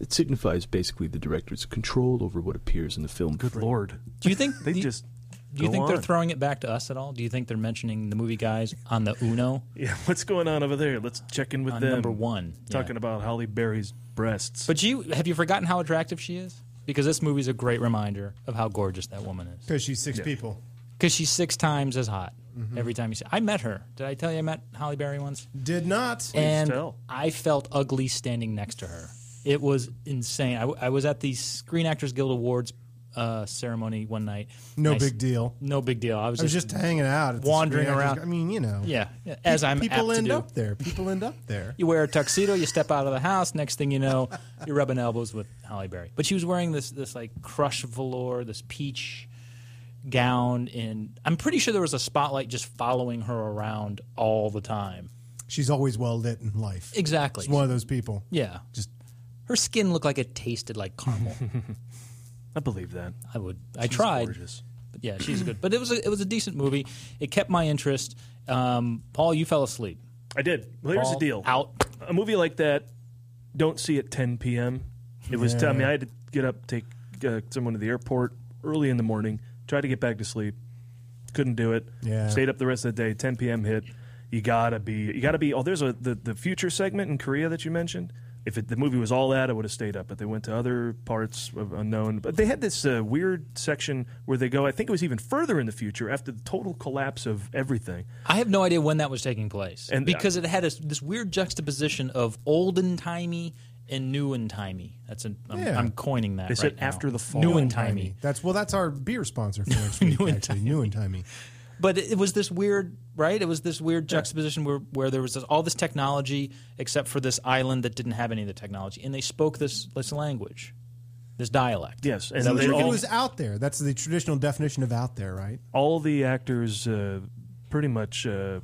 [SPEAKER 1] it signifies basically the director's control over what appears in the film. Good
[SPEAKER 7] lord!
[SPEAKER 6] Do you think
[SPEAKER 7] They
[SPEAKER 6] do you-
[SPEAKER 7] just
[SPEAKER 6] Do you
[SPEAKER 7] go
[SPEAKER 6] think they're
[SPEAKER 7] on.
[SPEAKER 6] throwing it back to us at all? Do you think they're mentioning the movie guys on the Uno?
[SPEAKER 7] Yeah, what's going on over there? Let's check in with
[SPEAKER 6] On
[SPEAKER 7] them.
[SPEAKER 6] number one, yeah.
[SPEAKER 7] talking about Holly Berry's breasts.
[SPEAKER 6] But you have you forgotten how attractive she is? Because this movie's a great reminder of how gorgeous that woman is.
[SPEAKER 5] Because she's six
[SPEAKER 6] Yeah.
[SPEAKER 5] people.
[SPEAKER 6] Because she's six times as hot every time you see. I met her. Did I tell you I met Holly Berry once?
[SPEAKER 5] Did not.
[SPEAKER 6] and I felt ugly standing next to her. It was insane. I, w- I was at the Screen Actors Guild Awards uh, ceremony one night.
[SPEAKER 5] No
[SPEAKER 6] I s-
[SPEAKER 5] big deal.
[SPEAKER 6] No big deal. I was,
[SPEAKER 5] I was just hanging out, at the
[SPEAKER 6] wandering
[SPEAKER 5] Screen Actors
[SPEAKER 6] around.
[SPEAKER 5] Guild. I mean, you know,
[SPEAKER 6] yeah. As I'm apt
[SPEAKER 5] people
[SPEAKER 6] to
[SPEAKER 5] end
[SPEAKER 6] do.
[SPEAKER 5] up there. People end up there.
[SPEAKER 6] You wear a tuxedo, you step out of the house. Next thing you know, you're rubbing elbows with Halle Berry. But she was wearing this this like crushed velour, this peach gown, and I'm pretty sure there was a spotlight just following her around all the time.
[SPEAKER 5] She's always well lit in life.
[SPEAKER 6] Exactly.
[SPEAKER 5] She's one of those people.
[SPEAKER 6] Yeah,
[SPEAKER 5] just
[SPEAKER 6] her skin looked like it tasted like caramel.
[SPEAKER 7] I believe that.
[SPEAKER 6] I would. I
[SPEAKER 7] She's
[SPEAKER 6] tried.
[SPEAKER 7] gorgeous.
[SPEAKER 6] But yeah, she's good. But it was a, it was a decent movie. It kept my interest. Um, Paul, you fell asleep.
[SPEAKER 7] I did. Well, here's the
[SPEAKER 6] Ball
[SPEAKER 7] deal.
[SPEAKER 6] out.
[SPEAKER 7] A movie like that, don't see at 10 p.m. It was. I mean, I had to get up, take uh, someone to the airport early in the morning, try to get back to sleep. Couldn't do it.
[SPEAKER 5] Yeah.
[SPEAKER 7] Stayed up the rest of the day. 10 p.m. hit. You gotta be. You gotta be. Oh, there's a the, the future segment in Korea that you mentioned. If it, the movie was all that, I would have stayed up. But they went to other parts of unknown. But they had this uh, weird section where they go. I think it was even further in the future after the total collapse of everything.
[SPEAKER 6] I have no idea when that was taking place,
[SPEAKER 7] And- uh,
[SPEAKER 6] because it had a, this weird juxtaposition of olden timey and new and timey. That's an, I'm,
[SPEAKER 5] Yeah.
[SPEAKER 6] I'm coining that.
[SPEAKER 7] They
[SPEAKER 6] right
[SPEAKER 7] said
[SPEAKER 6] now.
[SPEAKER 7] after the fall.
[SPEAKER 6] new and timey.
[SPEAKER 5] That's well. That's our beer sponsor for next week. actually, new and timey.
[SPEAKER 6] But it it was this weird, right? It was this weird juxtaposition where, where there was this, all this technology except for this island that didn't have any of the technology, and they spoke this this language, this dialect.
[SPEAKER 7] Yes, and
[SPEAKER 6] Is that what
[SPEAKER 7] they
[SPEAKER 6] you're
[SPEAKER 7] all-
[SPEAKER 5] It was out there. That's the traditional definition of out there, right?
[SPEAKER 7] all the actors uh, pretty much uh,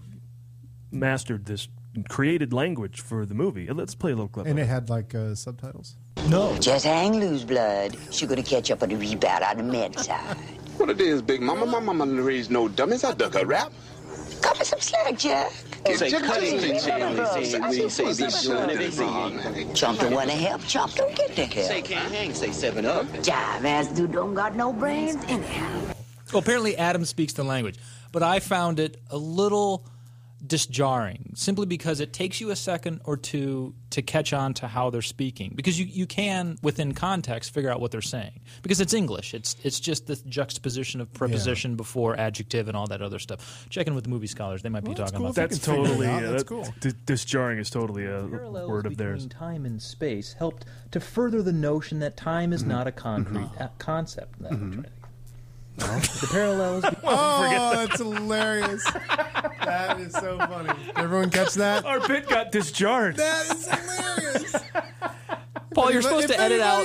[SPEAKER 7] mastered this created language for the movie. Uh, Let's play a little clip.
[SPEAKER 5] And
[SPEAKER 7] of
[SPEAKER 5] it
[SPEAKER 7] it.
[SPEAKER 5] had like uh, subtitles.
[SPEAKER 6] No.
[SPEAKER 2] Just hang loose, blood. She gonna catch up on the rebound on the med side.
[SPEAKER 21] What it is, Big Mama? My mama raised no dummies. I dug her rap.
[SPEAKER 2] Cut me some slack, Jack.
[SPEAKER 21] Say, cut it, Jay.
[SPEAKER 2] Chomp don't wanna help. Chomp don't get the help. Say can't hang. Say seven up. Jive ass dude don't got no brains anyhow.
[SPEAKER 6] Well, apparently Adam speaks the language, but I found it a little disjarring simply because it takes you a second or two to catch on to how they're speaking because you, you can within context figure out what they're saying because it's english it's it's just this juxtaposition of preposition before adjective and all that other stuff check in with the movie scholars they might be talking about
[SPEAKER 7] That's
[SPEAKER 6] that.
[SPEAKER 7] totally
[SPEAKER 17] out,
[SPEAKER 7] uh,
[SPEAKER 17] that's
[SPEAKER 7] that-
[SPEAKER 17] cool.
[SPEAKER 7] d- This jarring is totally a
[SPEAKER 17] parallels
[SPEAKER 7] word of
[SPEAKER 17] between
[SPEAKER 7] theirs.
[SPEAKER 17] time and space helped to further the notion that time
[SPEAKER 7] Mm-hmm.
[SPEAKER 17] is not a concrete uh, concept. That's what I'm trying to think. the parallels.
[SPEAKER 5] Oh, that's hilarious. that is so funny. Everyone catch that?
[SPEAKER 7] Our bit got disjarred.
[SPEAKER 5] That is hilarious.
[SPEAKER 6] paul you're
[SPEAKER 5] If
[SPEAKER 6] supposed to edit out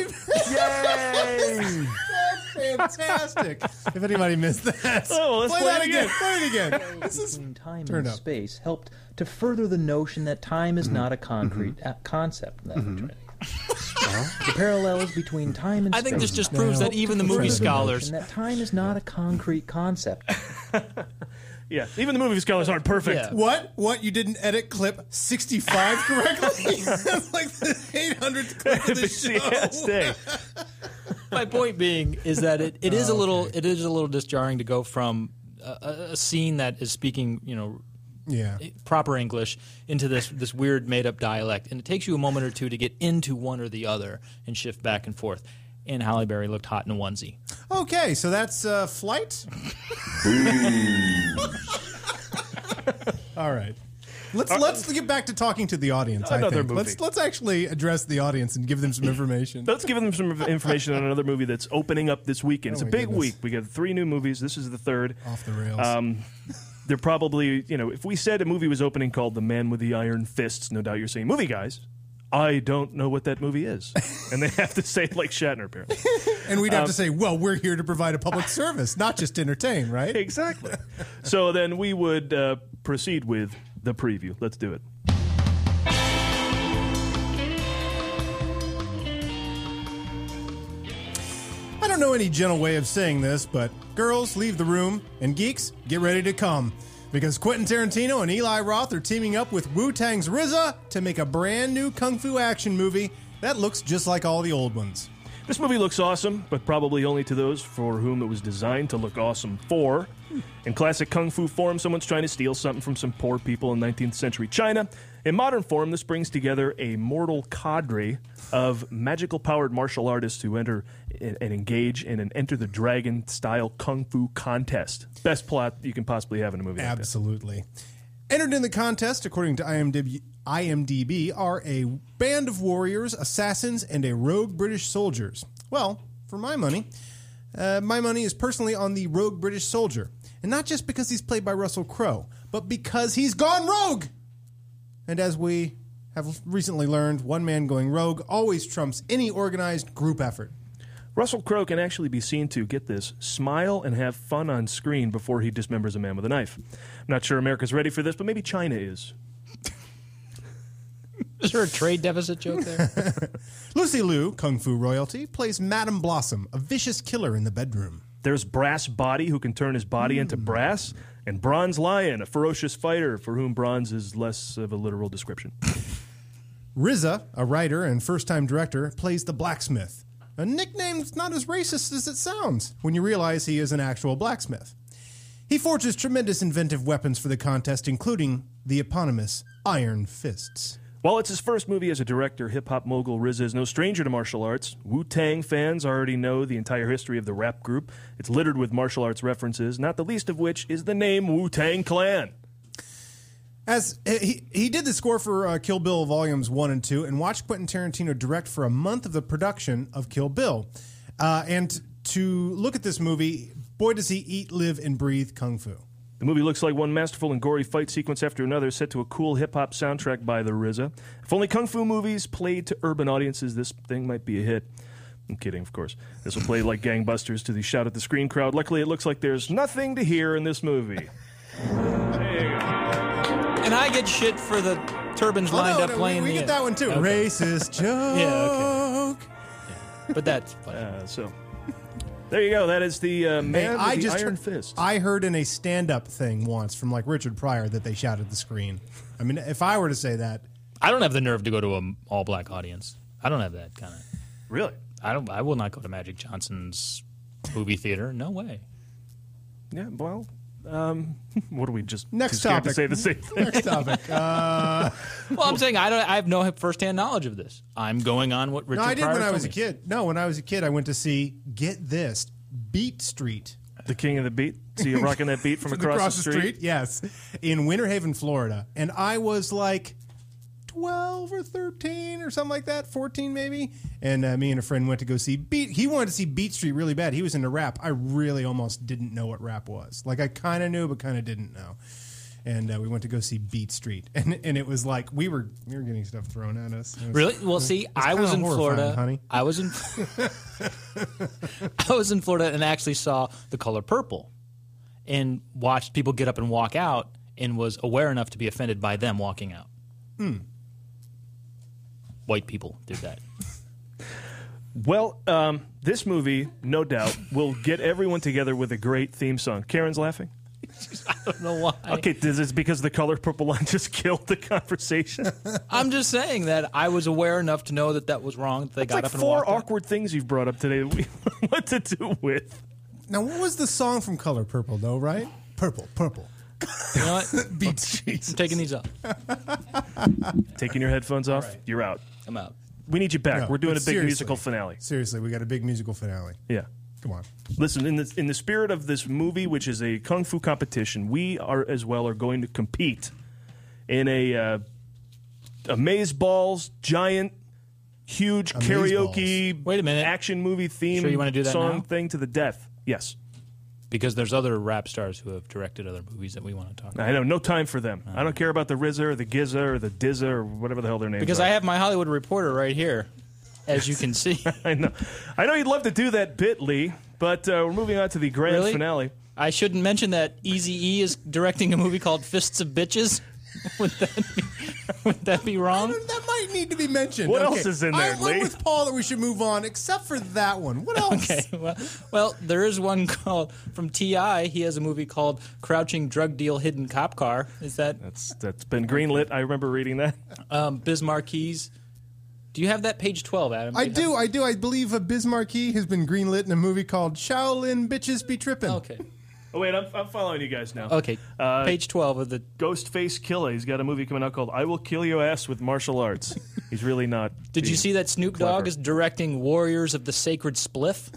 [SPEAKER 5] anybody- That's fantastic. If anybody missed that,
[SPEAKER 17] Oh, let's
[SPEAKER 5] play,
[SPEAKER 17] play
[SPEAKER 5] that
[SPEAKER 17] it
[SPEAKER 5] again.
[SPEAKER 17] again.
[SPEAKER 5] Play it again. This is
[SPEAKER 17] between time
[SPEAKER 5] Turn
[SPEAKER 17] and
[SPEAKER 5] up.
[SPEAKER 17] space helped to further the notion that time is not a concrete uh, concept. That's what I'm trying to think. the parallels between time and
[SPEAKER 6] I
[SPEAKER 17] space.
[SPEAKER 6] think this just proves that
[SPEAKER 17] helped
[SPEAKER 6] even
[SPEAKER 17] to
[SPEAKER 6] the movie
[SPEAKER 17] further notion
[SPEAKER 6] scholars-
[SPEAKER 17] that time is not a concrete concept.
[SPEAKER 7] Yeah, even the movie scholars aren't perfect.
[SPEAKER 6] Yeah.
[SPEAKER 5] What? What? You didn't edit clip 65 correctly? That's like the 800th clip of the
[SPEAKER 7] Busy ass
[SPEAKER 5] show.
[SPEAKER 7] day.
[SPEAKER 6] my Oh, point being is that it, it is a little it is a little disjarring to go from a, a- a scene that is speaking you know eh,
[SPEAKER 5] Yeah.
[SPEAKER 6] proper English into this this weird made up dialect, and it takes you a moment or two to get into one or the other and shift back and forth. And Halle Berry looked hot in a onesie.
[SPEAKER 5] Okay, so that's uh, flight. All right. Let's let's get back to talking to the audience. I
[SPEAKER 7] Another
[SPEAKER 5] think.
[SPEAKER 7] movie.
[SPEAKER 5] Let's let's actually address the audience and give them some information.
[SPEAKER 7] Let's give them some information on another movie that's opening up this weekend. it's a
[SPEAKER 5] Oh my
[SPEAKER 7] big
[SPEAKER 5] goodness.
[SPEAKER 7] week. We got three new movies. This is the third.
[SPEAKER 5] Off the rails.
[SPEAKER 7] Um, they're probably, you know, if we said a movie was opening called The Man with the Iron Fists, no doubt you're saying, movie guys, I don't know what that movie is. and they have to say it like Shatner, apparently.
[SPEAKER 5] and we'd have
[SPEAKER 7] um,
[SPEAKER 5] to say, well, we're here to provide a public service, not just entertain, right?
[SPEAKER 7] Exactly. so then we would uh, proceed with the preview. Let's do it.
[SPEAKER 5] I don't know any gentle way of saying this, but girls, leave the room, and geeks, get ready to come. Because Quentin Tarantino and Eli Roth are teaming up with Wu Tang's RZA to make a brand new kung fu action movie that looks just like all the old ones.
[SPEAKER 7] This movie looks awesome, but probably only to those for whom it was designed to look awesome for. In classic kung fu form, someone's trying to steal something from some poor people in 19th century China. In modern form, this brings together a mortal cadre of magical powered martial artists who enter and and engage in an Enter the Dragon style kung fu contest. Best plot you can possibly have in a movie. like that.
[SPEAKER 5] Absolutely. Entered in the contest, according to IMDb, IMDb, are a band of warriors, assassins, and a rogue British soldiers. Well, for my money, uh, my money is personally on the rogue British soldier. And not just because he's played by Russell Crowe, but because he's gone rogue! And as we have recently learned, one man going rogue always trumps any organized group effort.
[SPEAKER 7] Russell Crowe can actually be seen to get this smile and have fun on screen before he dismembers a man with a knife. I'm not sure America's ready for this, but maybe China is.
[SPEAKER 6] Is there a trade deficit joke there?
[SPEAKER 5] Lucy Liu, Kung Fu royalty, plays Madame Blossom, a vicious killer in the bedroom.
[SPEAKER 7] There's Brass Body, who can turn his body into brass, and Bronze Lion, a ferocious fighter for whom bronze is less of a literal description.
[SPEAKER 5] Riza, a writer and first time director, plays the blacksmith. A nickname that's not as racist as it sounds when you realize he is an actual blacksmith. He forges tremendous inventive weapons for the contest, including the eponymous Iron Fists.
[SPEAKER 7] While it's his first movie as a director, hip hop mogul Riz is no stranger to martial arts. Wu Tang fans already know the entire history of the rap group. It's littered with martial arts references, not the least of which is the name Wu Tang Clan.
[SPEAKER 5] As he, he did the score for uh, Kill Bill volumes one and two, and watched Quentin Tarantino direct for a month of the production of Kill Bill, uh, and to look at this movie, boy does he eat, live, and breathe kung fu.
[SPEAKER 7] The movie looks like one masterful and gory fight sequence after another, set to a cool hip hop soundtrack by the RZA. If only kung fu movies played to urban audiences, this thing might be a hit. I'm kidding, of course. This will play like gangbusters to the shout at the screen crowd. Luckily, it looks like there's nothing to hear in this movie.
[SPEAKER 6] and I get shit for the turbines
[SPEAKER 5] Oh,
[SPEAKER 6] lined
[SPEAKER 5] no,
[SPEAKER 6] up
[SPEAKER 5] no, we-
[SPEAKER 6] playing.
[SPEAKER 5] we
[SPEAKER 6] the
[SPEAKER 5] get that one too. Racist joke.
[SPEAKER 6] Yeah, okay. Yeah. But that's funny.
[SPEAKER 7] Uh, so there you go. That is the uh, man
[SPEAKER 5] Hey,
[SPEAKER 7] with
[SPEAKER 5] I
[SPEAKER 7] the
[SPEAKER 5] just
[SPEAKER 7] iron
[SPEAKER 5] heard-
[SPEAKER 7] fist.
[SPEAKER 5] I heard in a stand-up thing once from like Richard Pryor that they shouted the screen. I mean, if I were to say that,
[SPEAKER 6] I don't have the nerve to go to an all black audience. I don't have that kind of.
[SPEAKER 7] Really?
[SPEAKER 6] I don't. I will not go to Magic Johnson's movie theater. No way.
[SPEAKER 7] Yeah. Well, um, what do we just
[SPEAKER 5] Next
[SPEAKER 7] too scared
[SPEAKER 5] topic.
[SPEAKER 7] to say the same thing?
[SPEAKER 5] next topic. Uh,
[SPEAKER 6] Well, I'm saying I don't. I have no firsthand knowledge of this. I'm going on what Richard.
[SPEAKER 5] no, I did
[SPEAKER 6] Pryor
[SPEAKER 5] when I
[SPEAKER 6] told
[SPEAKER 5] was a
[SPEAKER 6] me.
[SPEAKER 5] kid. No, when I was a kid, I went to see Get This Beat Street
[SPEAKER 7] The king of the beat. See you rocking that beat from, across, the street.
[SPEAKER 5] Yes, in Winter Haven, Florida, and I was like. 12 or 13 or something like that 14 maybe and uh, me and a friend went to go see beat he wanted to see beat street really bad he was into rap i really almost didn't know what rap was like i kind of knew but kind of didn't know and uh, we went to go see beat street and, and it was like we were we were getting stuff thrown at us It was-
[SPEAKER 6] Really? Well, see,
[SPEAKER 5] it
[SPEAKER 6] I
[SPEAKER 5] kinda
[SPEAKER 6] was in
[SPEAKER 5] horrifying,
[SPEAKER 6] Florida.
[SPEAKER 5] honey
[SPEAKER 6] I was in. I was in Florida and actually saw The Color Purple, and watched people get up and walk out, and was aware enough to be offended by them walking out.
[SPEAKER 5] Hmm.
[SPEAKER 6] White people did that.
[SPEAKER 7] Well, um, this movie, no doubt, will get everyone together with a great theme song. Karen's laughing.
[SPEAKER 6] I don't know why.
[SPEAKER 7] Okay, this is because the color purple line just killed the conversation.
[SPEAKER 6] I'm just saying that I was aware enough to know that that was wrong. That they
[SPEAKER 7] It's
[SPEAKER 6] got
[SPEAKER 7] like
[SPEAKER 6] up and
[SPEAKER 7] four
[SPEAKER 6] walked. out.
[SPEAKER 7] awkward things you've brought up today that we don't know what to do with.
[SPEAKER 5] Now, what was the song from Color Purple, though, right? Purple, purple.
[SPEAKER 6] You know what? I'm taking these up.
[SPEAKER 7] Taking your headphones off, you're out.
[SPEAKER 6] I'm out.
[SPEAKER 7] We need you back.
[SPEAKER 5] No,
[SPEAKER 7] We're doing a
[SPEAKER 5] but
[SPEAKER 7] big
[SPEAKER 5] seriously.
[SPEAKER 7] musical finale.
[SPEAKER 5] Seriously, we got a big musical finale.
[SPEAKER 7] Yeah.
[SPEAKER 5] Come on.
[SPEAKER 7] Listen, in the in the spirit of this movie, which is a kung fu competition, we are as well are going to compete in a uh, amaze balls giant. Huge
[SPEAKER 6] Amazeballs.
[SPEAKER 7] karaoke, wait a minute, action movie theme.
[SPEAKER 6] Sure you wanna do that
[SPEAKER 7] song
[SPEAKER 6] now?
[SPEAKER 7] thing to the death? Yes,
[SPEAKER 6] Because there's other rap stars who have directed other movies that we want to talk about.
[SPEAKER 7] I know. No time for them. I don't care about the RZA or the Gizza or the Dizza or whatever the hell their names
[SPEAKER 6] Because
[SPEAKER 7] are.
[SPEAKER 6] I have my Hollywood reporter right here, as you can see.
[SPEAKER 7] I know. I know you'd love to do that bit, Lee, but uh, we're moving on to the grand
[SPEAKER 6] Really?
[SPEAKER 7] finale.
[SPEAKER 6] I shouldn't mention that Easy E is directing a movie called Fists of Bitches. Would that be, would that be wrong?
[SPEAKER 5] That might need to be mentioned.
[SPEAKER 6] What else is in there,
[SPEAKER 5] I'm, I'm
[SPEAKER 6] Lee?
[SPEAKER 5] with Paul that we should move on, except for that one. What else?
[SPEAKER 6] Okay. Well, well, there is one called from TI. He has a movie called Crouching Drug Deal Hidden Cop Car. Is that
[SPEAKER 7] That's that's been greenlit. I remember reading that.
[SPEAKER 6] um, Biz Marquis? Do you have that page 12, Adam?
[SPEAKER 5] I
[SPEAKER 6] You
[SPEAKER 5] do, I do. I believe a Bismarcky has been greenlit in a movie called Shaolin Bitches Be Trippin'.
[SPEAKER 6] Okay.
[SPEAKER 7] Oh wait, I'm, I'm following you guys now.
[SPEAKER 6] have- Okay.
[SPEAKER 7] Uh,
[SPEAKER 6] page 12 of the.
[SPEAKER 7] Ghostface Killer. He's got a movie coming out called "I Will Kill Your Ass with Martial Arts." He's really not.
[SPEAKER 6] Did you
[SPEAKER 7] being
[SPEAKER 6] see that Snoop
[SPEAKER 7] clever.
[SPEAKER 6] Dogg is directing Warriors of the Sacred Spliff?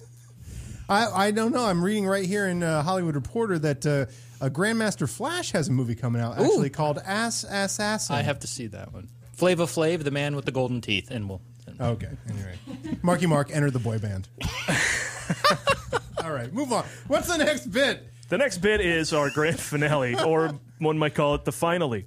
[SPEAKER 5] I, I don't know. I'm reading right here in uh, Hollywood Reporter that uh, uh, Grandmaster Flash has a movie coming out actually called Ass Assassin.
[SPEAKER 6] I have to see that one. Flava Flav, the man with the golden teeth, and we'll.
[SPEAKER 5] Okay. Anyway, Marky Mark entered the boy band. All right, move on. What's the next bit?
[SPEAKER 7] The next bit is our grand finale, or one might call it the finale.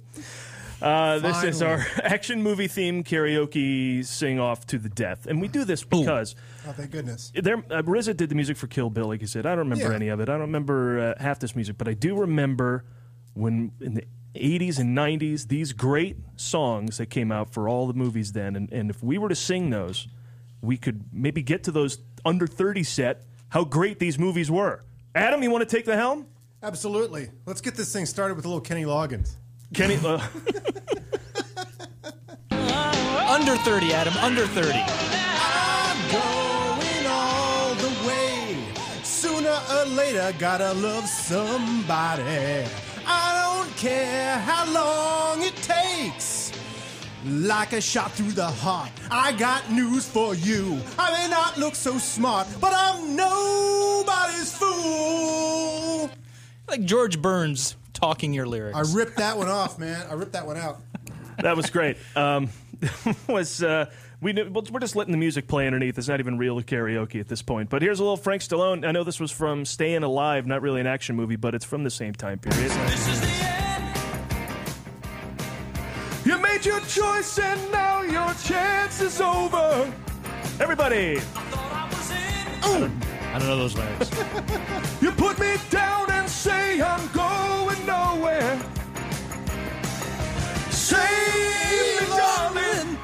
[SPEAKER 7] Uh, this is
[SPEAKER 5] Finally.
[SPEAKER 7] our action movie theme karaoke sing off to the death, and we do this because.
[SPEAKER 5] Oh, thank goodness.
[SPEAKER 7] There, uh, RZA did the music for Kill Bill, like you said. I don't remember
[SPEAKER 5] Yeah.
[SPEAKER 7] any of it. I don't remember uh, half this music, but I do remember when in the 80s and 90s, these great songs that came out for all the movies then. And, and if we were to sing those, we could maybe get to those under 30 set, how great these movies were. Adam, you want to take the helm?
[SPEAKER 5] Absolutely. Let's get this thing started with a little Kenny Loggins.
[SPEAKER 7] Kenny. Uh,
[SPEAKER 6] Under 30, Adam, under 30.
[SPEAKER 5] Going all the way. Sooner or later, gotta love somebody. I don't care how long it takes. Like a shot through the heart, I got news for you. I may not look so smart, but I'm nobody's fool.
[SPEAKER 6] Like George Burns talking your lyrics.
[SPEAKER 5] I ripped that one off, man. I ripped that one out.
[SPEAKER 7] that was great. Um, was uh, we knew, well, we're just letting the music play underneath. It's not even real karaoke at this point. But here's a little Frank Stallone. I know this was from Staying Alive, not really an action movie, but it's from the same time period. This is the end. You made your choice and now your chance is over. Everybody,
[SPEAKER 6] I don't know those lyrics.
[SPEAKER 7] you put me down and say I'm going nowhere. Save me, darling.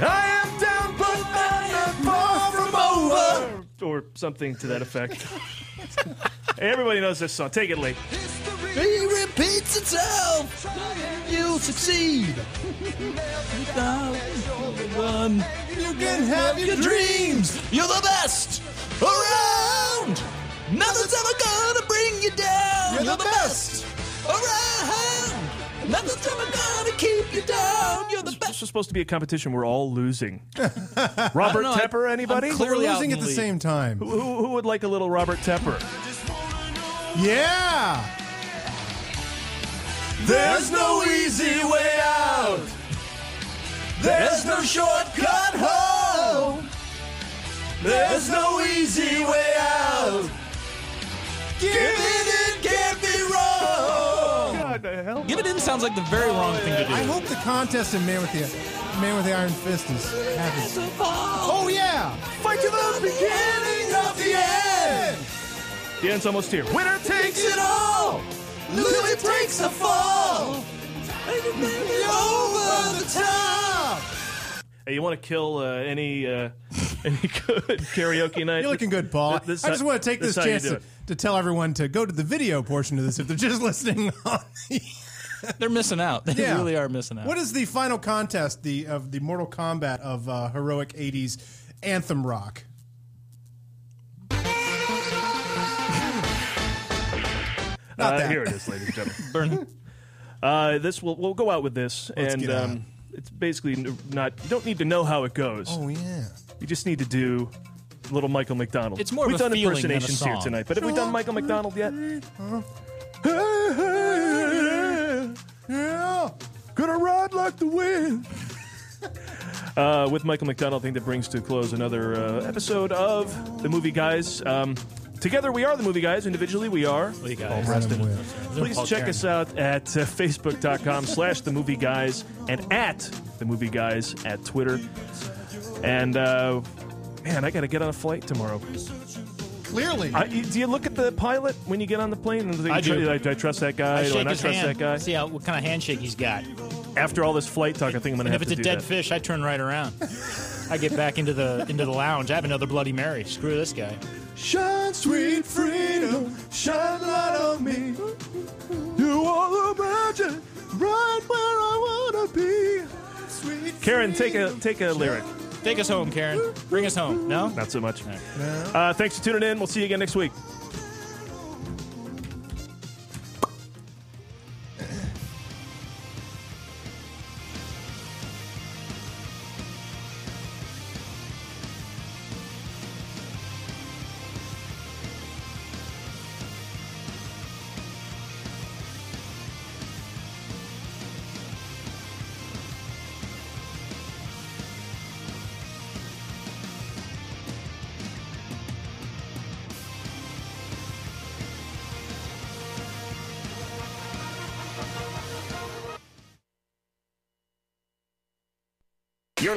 [SPEAKER 7] I am down, but I'm not far from over. Oh! Or something to that effect. Everybody knows this song. Take it, Lee.
[SPEAKER 6] It repeats itself. You'll succeed. One.
[SPEAKER 5] You can have your dreams.
[SPEAKER 6] You're the best around. Nothing's ever gonna bring you down.
[SPEAKER 5] You're the best
[SPEAKER 6] around. Nothing's ever gonna keep you down. You're the
[SPEAKER 7] This was supposed to be a competition we're all losing.
[SPEAKER 6] I don't
[SPEAKER 7] Robert
[SPEAKER 6] know, I-
[SPEAKER 7] Tepper, anybody?
[SPEAKER 6] I'm clearly
[SPEAKER 5] We're losing at the same time.
[SPEAKER 7] Who, who would like a little Robert Tepper?
[SPEAKER 5] Yeah.
[SPEAKER 7] There's no easy way out.
[SPEAKER 5] There's no shortcut home. There's no easy way out. Giving in can't be wrong.
[SPEAKER 7] God, the hell.
[SPEAKER 6] Give it in sounds like the very wrong thing to do.
[SPEAKER 5] I hope the contest in Man with the Man with the Iron Fist is happening. Oh yeah! Fight to the beginning of the end.
[SPEAKER 7] The end's almost here. Winner takes it all.
[SPEAKER 5] all. Lily takes a fall. You're over the top.
[SPEAKER 7] Hey, you want to kill uh, any uh, Any good karaoke night?
[SPEAKER 5] You're looking good, Paul.
[SPEAKER 7] Th- this
[SPEAKER 5] I
[SPEAKER 7] how-
[SPEAKER 5] just want to take this,
[SPEAKER 7] is how you
[SPEAKER 5] chance
[SPEAKER 7] do
[SPEAKER 5] to,
[SPEAKER 7] it.
[SPEAKER 5] to tell everyone to go to the video portion of this if they're just listening. On
[SPEAKER 6] They're missing out. They
[SPEAKER 5] Yeah.
[SPEAKER 6] really are missing out.
[SPEAKER 5] What is the final contest the of the Mortal Kombat of uh, heroic '80s anthem rock? Not
[SPEAKER 7] Uh,
[SPEAKER 5] that.
[SPEAKER 7] Here it is, ladies and gentlemen. Uh, this will we'll go out with this,
[SPEAKER 5] Let's
[SPEAKER 7] and
[SPEAKER 5] get out.
[SPEAKER 7] um, it's basically n- not. You don't need to know how it goes.
[SPEAKER 5] Oh, yeah.
[SPEAKER 7] You just need to do little Michael McDonald.
[SPEAKER 6] It's more of
[SPEAKER 7] We've
[SPEAKER 6] a
[SPEAKER 7] done
[SPEAKER 6] feeling than a
[SPEAKER 7] impersonations here
[SPEAKER 6] song.
[SPEAKER 7] tonight, but have we done Michael McDonald yet?
[SPEAKER 5] Yeah,
[SPEAKER 7] gonna ride like the wind. Uh, with Michael McDonald, I think that brings to a close another uh, episode of The Movie Guys. Um, together we are The Movie Guys. Individually we are
[SPEAKER 6] Movie Guys.
[SPEAKER 7] Paul Preston. Please check us out at uh, facebook.com slash The Movie Guys and at The Movie Guys at Twitter. And, uh, man, I got to get on a flight tomorrow.
[SPEAKER 5] Clearly.
[SPEAKER 7] I, you- do you look at the pilot when you get on the plane? And think,
[SPEAKER 6] I do.
[SPEAKER 7] I, I trust that
[SPEAKER 6] I
[SPEAKER 7] guy. do I
[SPEAKER 6] shake
[SPEAKER 7] not
[SPEAKER 6] his
[SPEAKER 7] trust
[SPEAKER 6] hand,
[SPEAKER 7] that guy?
[SPEAKER 6] See how, what kind of handshake he's got.
[SPEAKER 7] After all this flight talk, I think I'm going
[SPEAKER 6] And
[SPEAKER 7] to have
[SPEAKER 6] if
[SPEAKER 7] to
[SPEAKER 6] it's a
[SPEAKER 7] do
[SPEAKER 6] dead
[SPEAKER 7] that.
[SPEAKER 6] fish, I turn right around. I get back into the into the lounge. I have another Bloody Mary. Screw this guy.
[SPEAKER 5] Shine, sweet freedom, shine light on me. You are the magic right where I want to be. Sweet
[SPEAKER 7] Karen, take a take a lyric.
[SPEAKER 6] Take us home, Karen. Bring us home. No,
[SPEAKER 7] not so much. Uh, thanks for tuning in. We'll see you again next week.
[SPEAKER 3] You're